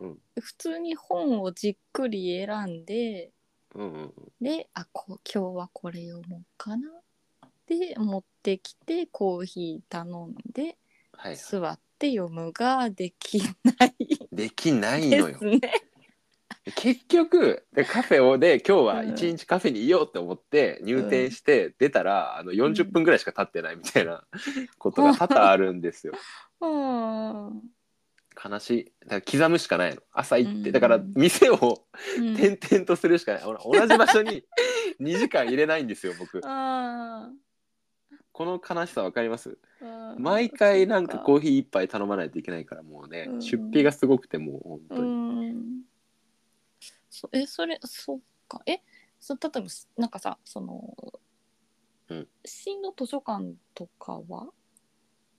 Speaker 1: うん
Speaker 2: 普通に本をじっくり選んで
Speaker 1: うんうん
Speaker 2: であこ今日はこれ読もうかなで持ってきてコーヒー頼んで
Speaker 1: はい
Speaker 2: 座って読むができない
Speaker 1: できない
Speaker 2: で
Speaker 1: のよ
Speaker 2: すね。
Speaker 1: 結局でカフェをで今日は
Speaker 2: うん
Speaker 1: 一日カフェにいようって思って入店して出たら、あの40分ぐらいしか経ってないみたいなことが多々あるんですよ。
Speaker 2: うんうん
Speaker 1: 悲しいだから刻むしかないの朝行って、
Speaker 2: うん
Speaker 1: だから店を転々とするしかない、ほら同じ場所に2時間入れないんですよ僕
Speaker 2: あ
Speaker 1: この悲しさ分かります
Speaker 2: ー
Speaker 1: 毎回なんかコ
Speaker 2: う
Speaker 1: ーヒー一杯頼まないといけないからもうね、
Speaker 2: うん
Speaker 1: 出費がすごくてもう本当
Speaker 2: う
Speaker 1: に、
Speaker 2: んそえそれそっかえそ例えばすなんかさその、
Speaker 1: うん、
Speaker 2: 市の図書館とかは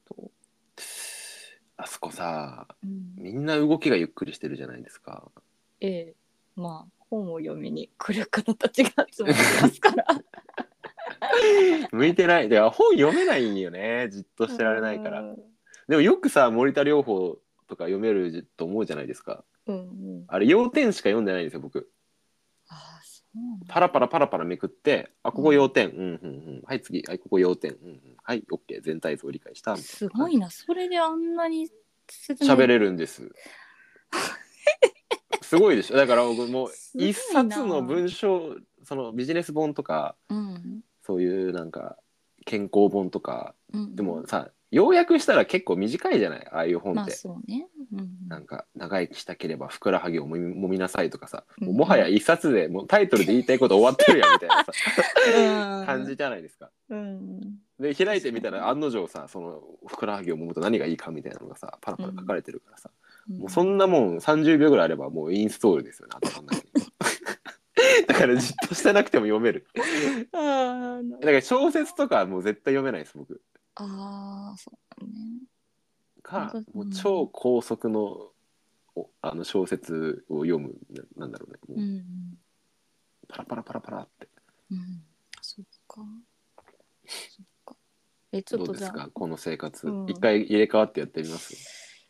Speaker 2: と、
Speaker 1: あそこさ
Speaker 2: うん、
Speaker 1: みんな動きがゆっくりしてるじゃないですか。
Speaker 2: ええまあ本を読みに来る方たちが集まってますから。
Speaker 1: 向いてないで本読めないんよねじっとしてられないから
Speaker 2: うん
Speaker 1: でもよくさ森田療法とか読めると思うじゃないですか
Speaker 2: うん。
Speaker 1: あれ要点しか読んでないんですよ僕
Speaker 2: ああそうなんだ。
Speaker 1: パラパラパラパラめくってあここ要点うんうんうんはい次はいここ要点うんうんはいオッケー全体像を理解した
Speaker 2: すごいなそれであんなに説
Speaker 1: 喋れるんですすごいでしょだから僕もう
Speaker 2: すごいな
Speaker 1: 一冊の文章そのビジネス本とか
Speaker 2: うん
Speaker 1: そういうなんか健康本とか
Speaker 2: うん。
Speaker 1: でもさ要約したら結構短いじゃないああいう本って、
Speaker 2: まあそうね。うん
Speaker 1: なんか長生きしたければふくらはぎをもみもみなさいとかさ、
Speaker 2: うん
Speaker 1: もうもはや一冊でもうタイトルで言いたいこと終わってるやんみたいなさ
Speaker 2: うん
Speaker 1: 感じじゃないですか。
Speaker 2: うん。
Speaker 1: で開いてみたら案の定さそのふくらはぎを揉むと何がいいかみたいなのがさパラパラ書かれてるからさ、もうそんなもん30秒ぐらいあればもうインストールですよね頭 の中にだからじっとしてなくても読める
Speaker 2: あーな
Speaker 1: だから小説とかはもう絶対読めないです僕
Speaker 2: あーそうだね。
Speaker 1: か
Speaker 2: そう
Speaker 1: もう超高速のおあの小説を読むななんだろうねもう
Speaker 2: うん
Speaker 1: パラパラパラパラって
Speaker 2: うん。そっか。そっか。えち
Speaker 1: ど
Speaker 2: ょっと
Speaker 1: うで
Speaker 2: じ
Speaker 1: す
Speaker 2: ゃあ
Speaker 1: かこの生活
Speaker 2: うん
Speaker 1: 一回入れ替わってやってみます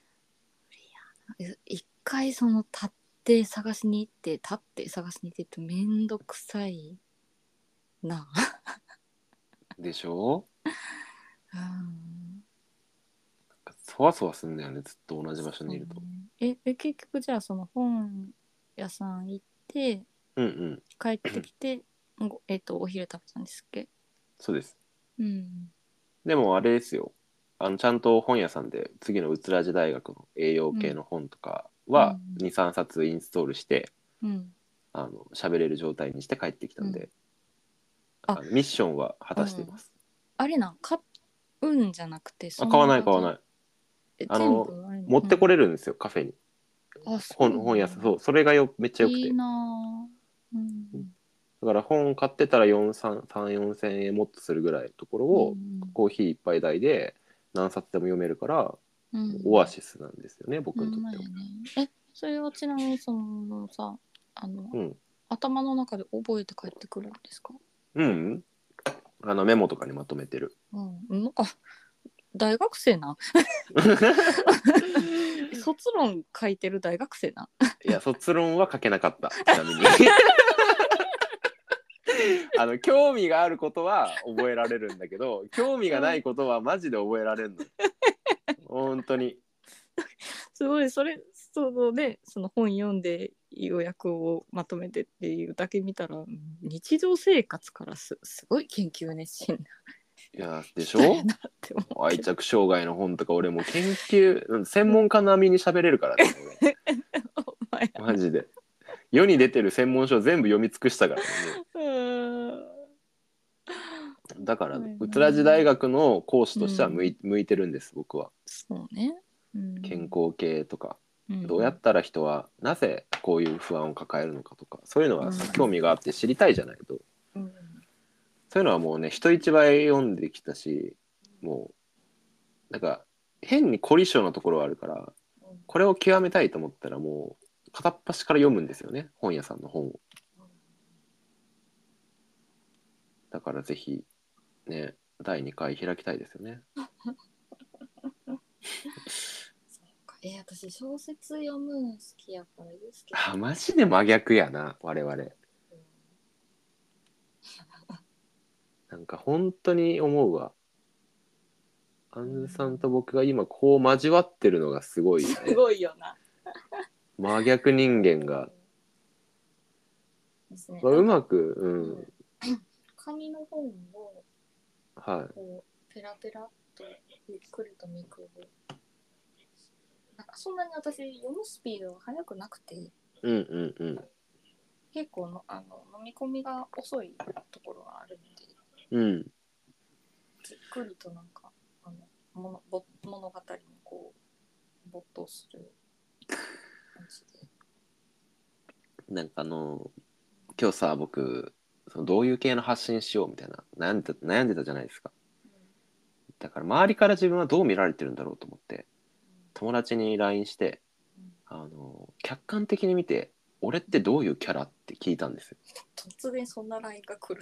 Speaker 2: え一回その立って探しに行って立って探しに行ってってめんどくさいな。
Speaker 1: でしょ
Speaker 2: うん
Speaker 1: そわそわすんだよねずっと同じ場所にいると
Speaker 2: そうねええ結局じゃあその本屋さん行って
Speaker 1: うんうん
Speaker 2: 帰ってきてごえっ、とお昼食べたんですっけ
Speaker 1: そうです
Speaker 2: うん
Speaker 1: でもあれですよあのちゃんと本屋さんで次のうつらじ大学の栄養系の本とかは
Speaker 2: う
Speaker 1: 23冊インストールして
Speaker 2: うん
Speaker 1: あの喋れる状態にして帰ってきたんで、
Speaker 2: うん
Speaker 1: あのミッションは果たしています、
Speaker 2: あれなん買うんじゃなくて
Speaker 1: あ買わない買わ
Speaker 2: い
Speaker 1: ないあ
Speaker 2: あ
Speaker 1: の
Speaker 2: の
Speaker 1: 持ってこ
Speaker 2: れ、
Speaker 1: れるんですよカフェに
Speaker 2: うんあそう
Speaker 1: 本本屋さんそうそれがよめっちゃよくて
Speaker 2: いいなぁうん
Speaker 1: だから本買ってたら4 3 3 4 0 0 0円もっとするぐらいのところを、
Speaker 2: うん
Speaker 1: コーヒー一杯代で何冊でも読めるから、
Speaker 2: うん
Speaker 1: オアシスなんですよね僕にと
Speaker 2: ほんま
Speaker 1: って
Speaker 2: や
Speaker 1: は
Speaker 2: ね。えそれはちなみにそのさあの、
Speaker 1: うん
Speaker 2: 頭の中で覚えて帰ってくるんですか、
Speaker 1: うんあのメモとかにまとめてる
Speaker 2: うん、なんか大学 生な卒論書いてる大学生ない
Speaker 1: や卒論は書けなかったちなみにあの興味があることは覚えられるんだけど興味がないことはマジで覚えられんの本当に
Speaker 2: すごいそれそのねその本読んで要約をまとめてっていうだけ見たらうん日常生活からすすごい研究熱心
Speaker 1: いやでし
Speaker 2: な人
Speaker 1: ょ
Speaker 2: やなって思う
Speaker 1: 愛着障害の本とか俺もう研究うん専門家並みに喋れるからね
Speaker 2: お前
Speaker 1: 俺マジで世に出てる専門書全部読み尽くしたからね
Speaker 2: うーん
Speaker 1: だから
Speaker 2: そうよね
Speaker 1: うつらじ大学の講師としては向い,、向いてるんです僕は
Speaker 2: そうね、うん、
Speaker 1: 健康系とか、
Speaker 2: 康
Speaker 1: どうやったら人はなぜこういう不安を抱えるのかとかそういうのは
Speaker 2: うん
Speaker 1: 興味があって知りたいじゃないと、
Speaker 2: うん
Speaker 1: そういうのはもうね人一倍読んできたしもうなんか変に凝り性のところはあるからこれを極めたいと思ったらもう片っ端から読むんですよね本屋さんの本をだからぜひね第2回開きたいですよね
Speaker 2: えー私小説読むの好きやからゆうすけさ
Speaker 1: あ
Speaker 2: ん
Speaker 1: マジで真逆やな我々なんか本当に思うわあんずさんと僕が今こう交わってるのがすごい、ね、
Speaker 2: すごいよな。
Speaker 1: 真逆人間が、
Speaker 2: ですね。
Speaker 1: まあ、うまく
Speaker 2: 紙の本を
Speaker 1: うんはい
Speaker 2: こうペラペラっとゆっくりとめくる。なんかそんなに私読むスピードが速くなくて
Speaker 1: うんうんうん
Speaker 2: 結構のあの飲み込みが遅いところがあるので
Speaker 1: うん
Speaker 2: じっくりとなんかあのものぼ物語にこう没頭する感じで。
Speaker 1: なんかあの今日さ僕そのどういう系の発信しようみたいな悩んでた悩んでたじゃないですかだから周りから自分はどう見られてるんだろうと思って友達に LINE してあの客観的に見て俺ってどういうキャラって聞いたんですよ
Speaker 2: 突然そんなラインが来る。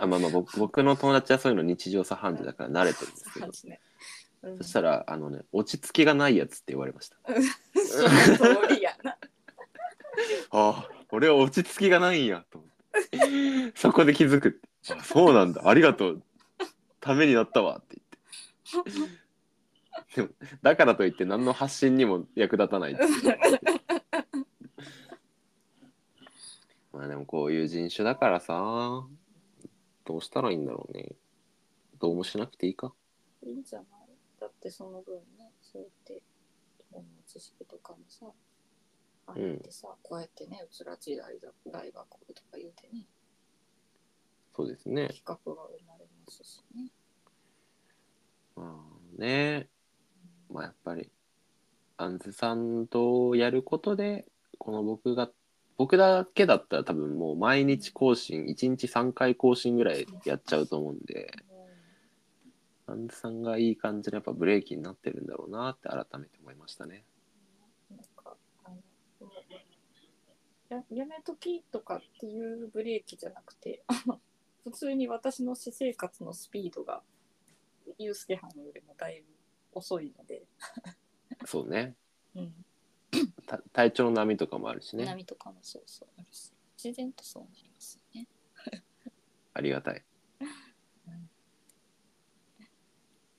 Speaker 1: あまあまあ僕僕の友達はそういうの日常茶飯事だから慣れてるんですけ
Speaker 2: そ
Speaker 1: ど
Speaker 2: うですね。うん
Speaker 1: そしたらあのね落ち着きがないやつって言われました
Speaker 2: その通りやな。
Speaker 1: ああ俺は落ち着きがないんやと思って そこで気づくあそうなんだありがとうためになったわって言ってでもだからといって何の発信にも役立たないっていうまあでもこういう人種だからさどうしたらいいんだろうねどうもしなくていいか
Speaker 2: いいんじゃないだってその分ね、そうやって、本の知識とかもさ、あれってさ、こうやってね、うつら時代だ大学とか言うてね、
Speaker 1: そうですね
Speaker 2: 企画が生まれますしね。
Speaker 1: まあねまあやっぱりアンズさんとやることでこの僕が僕だけだったら多分もう毎日更新1日3回更新ぐらいやっちゃうと思うんでアンズさんがいい感じのやっぱブレーキになってるんだろうなって改めて思いましたね。
Speaker 2: うんなんか、あの、もうややめときとかっていうブレーキじゃなくて、 あの普通に私の私生活のスピードが、ユうスケはんよりもだいぶ遅いので、
Speaker 1: そうね
Speaker 2: うん、
Speaker 1: た体調の波とかもあるしね
Speaker 2: 波とかもそうそうあるし自然とそうなりますよね。
Speaker 1: ありがたい。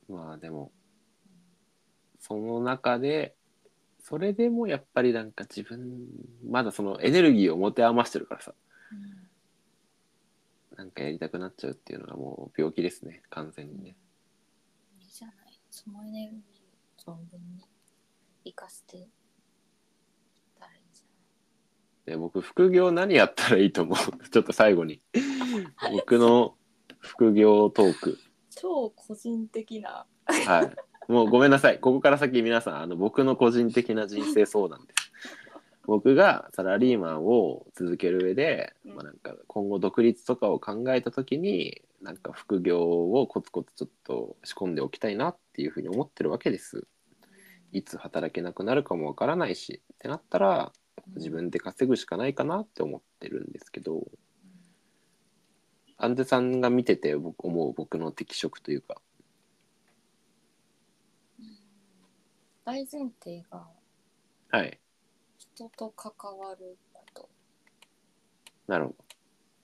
Speaker 1: まあでもその中でそれでもやっぱりなんか自分まだそのエネルギーを持て余してるからさなんかやりたくなっちゃうっていうのがもう病気ですね完全にね
Speaker 2: いいじゃないそのエネルギーを存分に生かしていったらいいじ
Speaker 1: で僕副業何やったらいいと思う ちょっと最後に僕の副業トーク
Speaker 2: ゃん超個人的な
Speaker 1: はい。もうごめんなさい。ここから先皆さん、あの僕の個人的な人生相談です。僕がサラリーマンを続ける上で、
Speaker 2: うん
Speaker 1: まあ、なんか今後独立とかを考えた時になんか副業をコツコツちょっと仕込んでおきたいなってっていうふうに思ってるわけですいつ働けなくなるかもわからないしってなったら自分で稼ぐしかないかなって思ってるんですけどアンデさんが見てて僕思う僕の適職というか
Speaker 2: 大前提が
Speaker 1: はい
Speaker 2: 人と関わること
Speaker 1: なるほ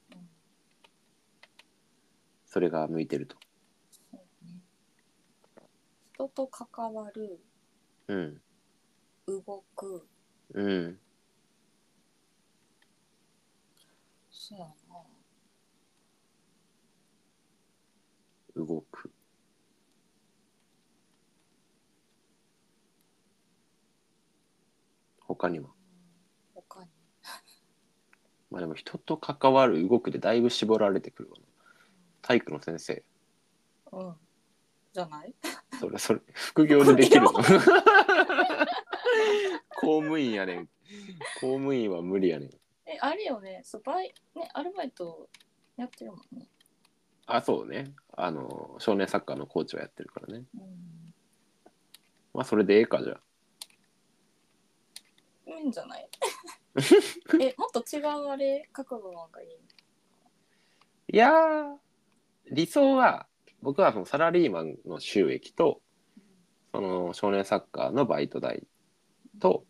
Speaker 1: どそれが向いてると
Speaker 2: そうね人と関わる
Speaker 1: うん
Speaker 2: 動く
Speaker 1: うん
Speaker 2: そうやな
Speaker 1: 動く他には
Speaker 2: 他に
Speaker 1: まあでも人と関わる動くでだいぶ絞られてくるわな体育の先生
Speaker 2: うんじゃない
Speaker 1: それそ れ副業でできるの公 務員やねん公務員は無理やねん
Speaker 2: えあれよねそうバイねアルバイトやってるもんね
Speaker 1: あそうねあの少年サッカーのコーチをやってるからね
Speaker 2: うん
Speaker 1: まあそれでええかじゃあ
Speaker 2: いいんじゃない えもっと違うあれ覚悟の方がいい
Speaker 1: いやー理想は僕はそのサラリーマンの収益とその少年サッカーのバイト代と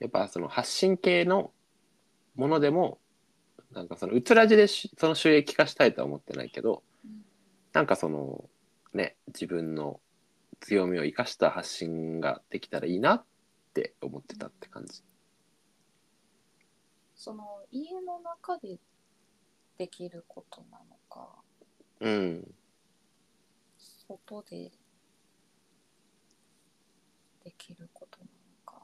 Speaker 1: やっぱその発信系のものでもなんかそのうつらじでしその収益化したいとは思ってないけど
Speaker 2: うん
Speaker 1: なんかそのね自分の強みを生かした発信ができたらいいなって思ってたって感じ。
Speaker 2: その家の中でできることなのか
Speaker 1: うん、
Speaker 2: 外でできることなのか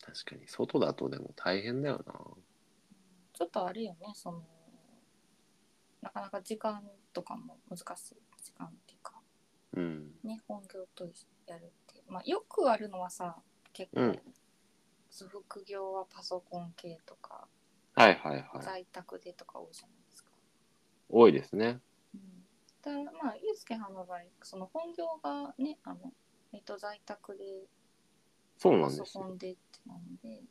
Speaker 1: 確かに外だとでも大変だよな。
Speaker 2: ちょっとあれよねそのなかなか時間とかも難しい時間っていうか
Speaker 1: うん、
Speaker 2: ね本業とやるっていうまあよくあるのはさ結構、
Speaker 1: うん
Speaker 2: そう副業はパソコン系とか
Speaker 1: はいはいはい。
Speaker 2: 在宅でとか多いじゃないですか。
Speaker 1: 多いですね。
Speaker 2: うんただまあユースケはんの場合その本業がねあの、えっと在宅で
Speaker 1: そうな
Speaker 2: パ
Speaker 1: ん
Speaker 2: ソ
Speaker 1: です
Speaker 2: コ
Speaker 1: よ。
Speaker 2: ンでってなんで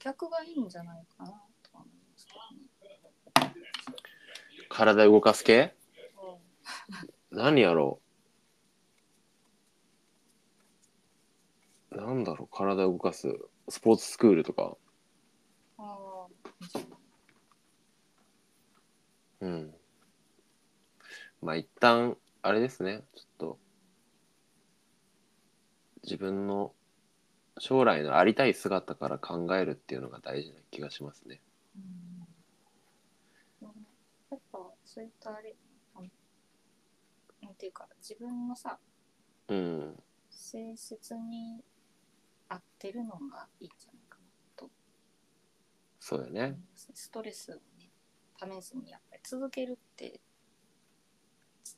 Speaker 2: 逆がいいんじゃないかなとは思いますけ
Speaker 1: 体動かす系
Speaker 2: どね。
Speaker 1: 何やろうなんだろう体動かすスポーツスクールとか
Speaker 2: うん、ああいいじゃない
Speaker 1: うんまあ一旦あれですねちょっと自分の将来のありたい姿から考えるっていうのが大事な気がしますね
Speaker 2: うん、やっぱそういったあれあのなんていうか自分のさ
Speaker 1: うん
Speaker 2: 性質に合ってるのがいいんじゃないかなと
Speaker 1: そうよ
Speaker 2: 思い
Speaker 1: ね
Speaker 2: ますねストレスをねためずにやっぱり続けるって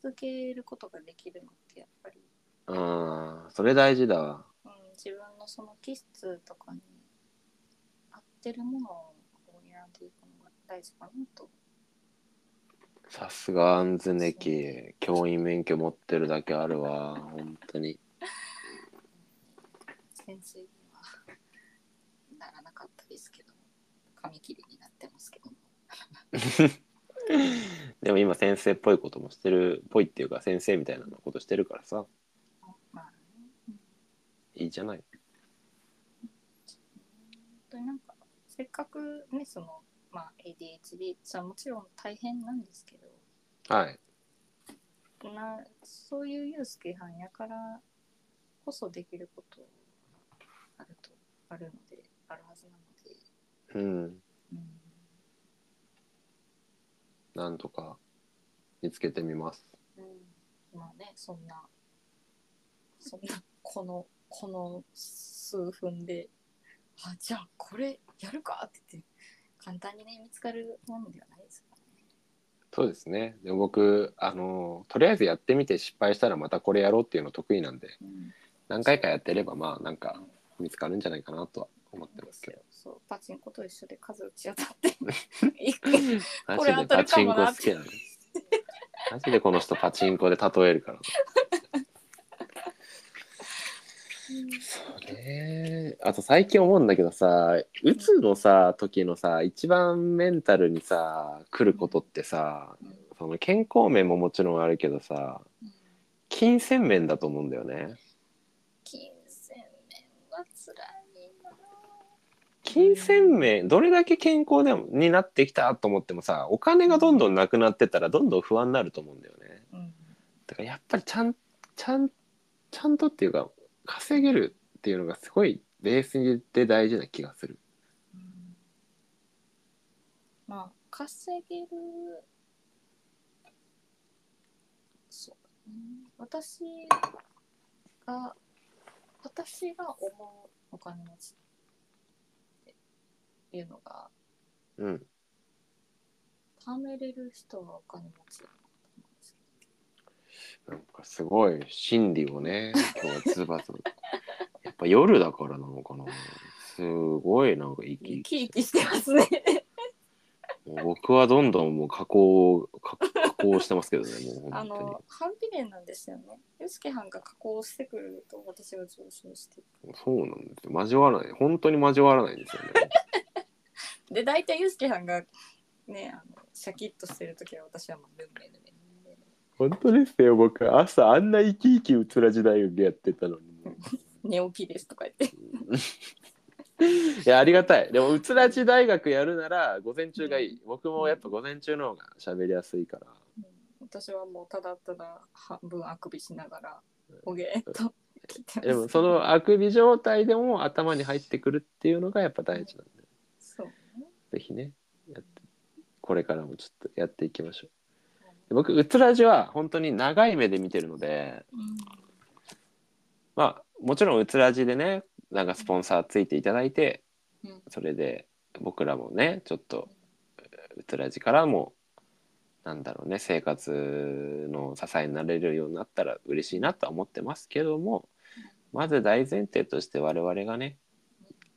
Speaker 2: 続けることができるのってやっぱり、
Speaker 1: うんそれ大事だわ
Speaker 2: うん、自分のその気質とかに合ってるものを選んでいくのが大事かなと。
Speaker 1: さすがアンズネキ教員免許持ってるだけあるわ本当に
Speaker 2: 先生にはならなかったですけど紙切りになってますけど
Speaker 1: でも今先生っぽいこともしてるっぽいっていうか先生みたいなことしてるからさ
Speaker 2: まあね
Speaker 1: いいじゃない
Speaker 2: 本当になんかせっかくねその、まあ、ADHD じゃもちろん大変なんですけ
Speaker 1: はい
Speaker 2: どなそういうユースケはんやからこそできることあるとあるのであるはずなので、
Speaker 1: うん
Speaker 2: うん、
Speaker 1: なんとか見つけてみます
Speaker 2: まあねそんなそんな このこの数分であじゃあこれやるかって言って簡単にね見つかるものではないですからね。
Speaker 1: そうですねでも僕あのとりあえずやってみて失敗したらまたこれやろうっていうの得意なんで
Speaker 2: うん
Speaker 1: 何回かやってればまあなんか見つかるんじゃないかなとは思ってますけど
Speaker 2: そうパチンコと一緒で数打ち当たって一個
Speaker 1: マ
Speaker 2: こ
Speaker 1: ジ
Speaker 2: れ
Speaker 1: で
Speaker 2: 当
Speaker 1: パ
Speaker 2: たるか
Speaker 1: チン
Speaker 2: も
Speaker 1: コ
Speaker 2: な
Speaker 1: 好きな のマジでこの人パチンコで例えるからそうねあと最近思うんだけどさうつのさ時のさ一番メンタルにさ来ることってさその健康面ももちろんあるけどさ金銭面だと思うんだよね
Speaker 2: 金銭面は辛いな
Speaker 1: 金銭面どれだけ健康でもになってきたと思ってもさお金がどんどんなくなってったらどんどん不安になると思うんだよね
Speaker 2: うん
Speaker 1: だからやっぱりちゃんちゃんちゃんとっていうか稼げるっていうのがすごいベースで大事な気がする
Speaker 2: うんまあ稼げるそうだね私が私が思うお金持ちっていうのが
Speaker 1: うん
Speaker 2: 貯めれる人はお金持ちだなと思うんです
Speaker 1: なんかすごい心理をね今日はズバズバやっぱ夜だからなのかなすごいなんか生
Speaker 2: け
Speaker 1: き
Speaker 2: ど生き生きしてますね
Speaker 1: もう僕はどんどんもう加工加加工してますけど ねもう
Speaker 2: あ
Speaker 1: 本当に
Speaker 2: の反比例なんですよねユースケはんが加工してくると私が上昇して
Speaker 1: そうなんですよ交わらない本当に交わらないんですよね
Speaker 2: で大体ユースケはんがねあのシャキッとしてる時は私はもう文明の面
Speaker 1: 本当ですよ僕朝あんな生き生きうつら時代をやってたのに
Speaker 2: 寝起きですとか言って
Speaker 1: いやありがたいでもうつらち大学やるなら午前中がいい僕もやっぱ午前中の方が喋りやすいから
Speaker 2: 私はもうただただ半分あくびしながらおげーっと聞いてます
Speaker 1: でもそのあくび状態でも頭に入ってくるっていうのがやっぱ大事なんで
Speaker 2: そうね
Speaker 1: ぜひねやってこれからもちょっとやっていきましょうで僕うつらじは本当に長い目で見てるので
Speaker 2: うん
Speaker 1: まあもちろんうつらじでねなんかスポンサーついていただいて
Speaker 2: うん
Speaker 1: それで僕らもねちょっとうつらじからもなんだろうね生活の支えになれるようになったら嬉しいなとは思ってますけどもまず大前提として我々がね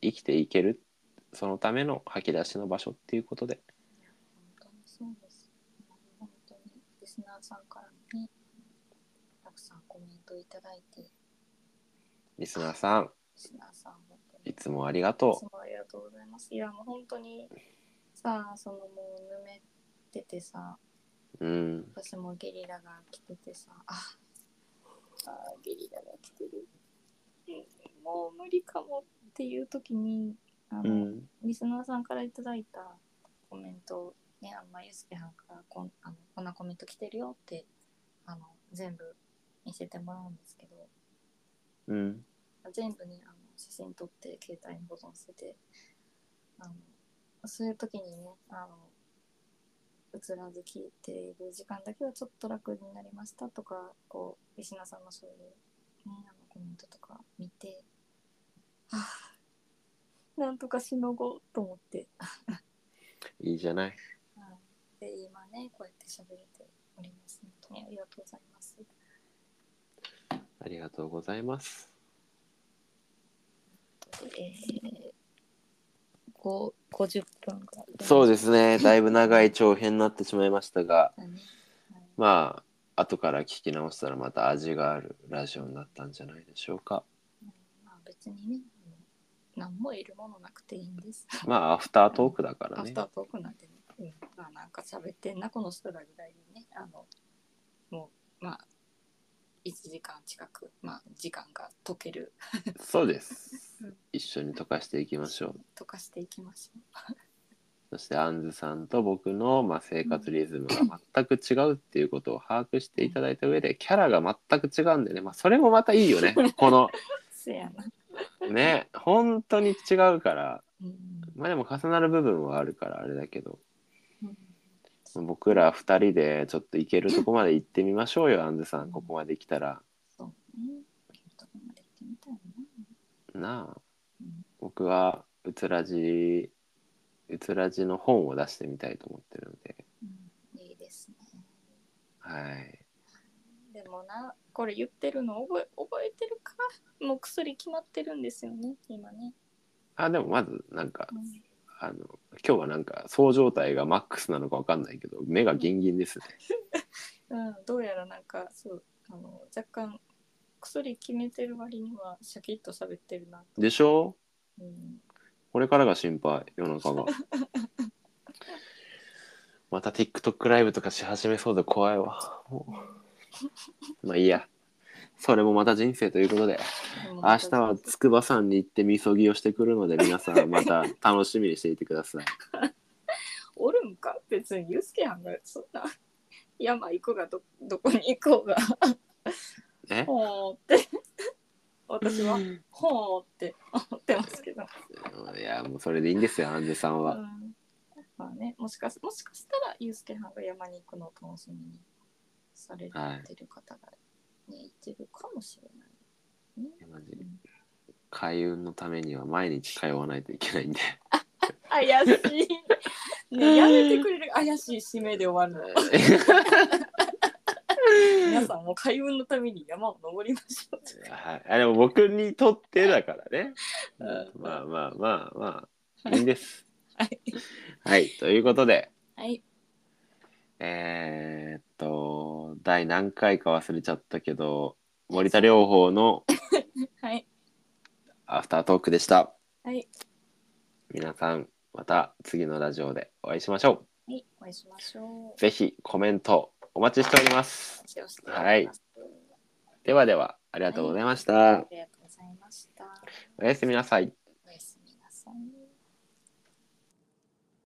Speaker 1: 生きていけるそのための吐き出しの場所っていうことで
Speaker 2: 本当にそうです。本当にリスナーさんからね、たくさんコメントいただいて、リ
Speaker 1: リスナーさん
Speaker 2: スナーさん本当に
Speaker 1: いつもありが
Speaker 2: い
Speaker 1: と
Speaker 2: つもありがとうございます。いやもう本当にさあそのもうぬめっててさ、
Speaker 1: う。うん、
Speaker 2: 私もゲリラが来ててさ、あ、あゲリラが来てる、うんもう無理かもっていう時にあの、
Speaker 1: うん、
Speaker 2: リスナーさんからいただいたコメント、ね、あんまゆうすけはんからこんあのこんなコメント来てるよってあの全部見せてもらうんですけど
Speaker 1: うん、
Speaker 2: 全部ねあの写真撮って携帯に保存しててあのそういう時にねあのうつらず聞いている時間だけはちょっと楽になりましたとかこうリスナーさんのそういう、ね、あのコメントとか見てはあ なんとかしのごうと思って。
Speaker 1: いいじゃない。
Speaker 2: はい、で今ねこうやって喋れております本当にありがとうございます
Speaker 1: ありがとうございます。
Speaker 2: えー、こう50分ぐらい
Speaker 1: そうですね。だいぶ長い長編になってしまいましたが、
Speaker 2: だねはい
Speaker 1: まあ後から聞き直したらまた味があるラジオになったんじゃないでしょうか。
Speaker 2: まあ別にねあの何も得るものなくていいんです、
Speaker 1: まあアフタートークだから
Speaker 2: アフ
Speaker 1: ね
Speaker 2: タ。ートークなんてね、うん、まあなんか喋ってんなこの人らぐらいにねあのもうまあ1時間近く、まあ、時間が解ける
Speaker 1: そうです
Speaker 2: うん。
Speaker 1: 一緒に溶かしていきましょう。
Speaker 2: とかしていきましょ
Speaker 1: そしてアンズさんと僕の、まあ、生活リズムが全く違うっていうことを把握していただいた上でキャラが全く違うんでね、まあ、それもまたいいよねこの
Speaker 2: う。せやな。
Speaker 1: ね本当に違うから
Speaker 2: うん
Speaker 1: まあでも重なる部分はあるからあれだけど
Speaker 2: うん
Speaker 1: 僕ら2人でちょっと行けるとこまで行ってみましょうよアンズさんここまで来たら
Speaker 2: そうね。どこまで行ってみたいな。
Speaker 1: なあ
Speaker 2: うん
Speaker 1: 僕はうつらじうつらじの本を出してみたいと思ってるので
Speaker 2: うんいいですね。
Speaker 1: はい
Speaker 2: でもな、これ言ってるの覚え覚えてるかもう薬決まってるんですよね、今ね。
Speaker 1: あでもまずなんか
Speaker 2: うん
Speaker 1: あの今日はなんかそう状態がマックスなのかわかんないけど目がギンギンですね。
Speaker 2: うん、どうやらなんか、そう、あの若干薬決めてる割にはシャキッと喋ってるな、
Speaker 1: でしょ
Speaker 2: うん、
Speaker 1: これからが心配世の 中がまた TikTok ライブとかし始めそうで怖いわもうまあいいやそれもまた人生ということで明日は筑波山に行ってみそぎをしてくるので皆さんまた楽しみにしていてください
Speaker 2: おるんか別にユースケやんがそんな山行くがどどこに行 こうが
Speaker 1: え
Speaker 2: ほーって私はほーって思ってますけど、
Speaker 1: いやもうそれでいいんですよアンジェさん
Speaker 2: う
Speaker 1: は、
Speaker 2: ん、まあねもしかすもしかしたらユースケはんが山に行くのを楽しみにされてる方が、ねいてるかもしれない
Speaker 1: マジ
Speaker 2: うん
Speaker 1: 開運のためには毎日通わないといけないんで
Speaker 2: 怪しい。ね、やめてくれる怪しい使命で終わるの。皆さんも開運のために山を登りましょう。
Speaker 1: はい、あでも僕にとってだからね、
Speaker 2: うん
Speaker 1: まあまあまあまあいいんです
Speaker 2: はい。
Speaker 1: はいということで
Speaker 2: はい。
Speaker 1: えー、っと第何回か忘れちゃったけど森田療法の
Speaker 2: はい。
Speaker 1: アフタートークでした
Speaker 2: はい。
Speaker 1: 皆さんまた次のラジオでお会いしましょ
Speaker 2: はい。お会いしましょ
Speaker 1: うぜひコメントお待ちしております
Speaker 2: う。
Speaker 1: はい
Speaker 2: あ
Speaker 1: ではではありがとうございました、
Speaker 2: りがとうございました。
Speaker 1: おやすみなさい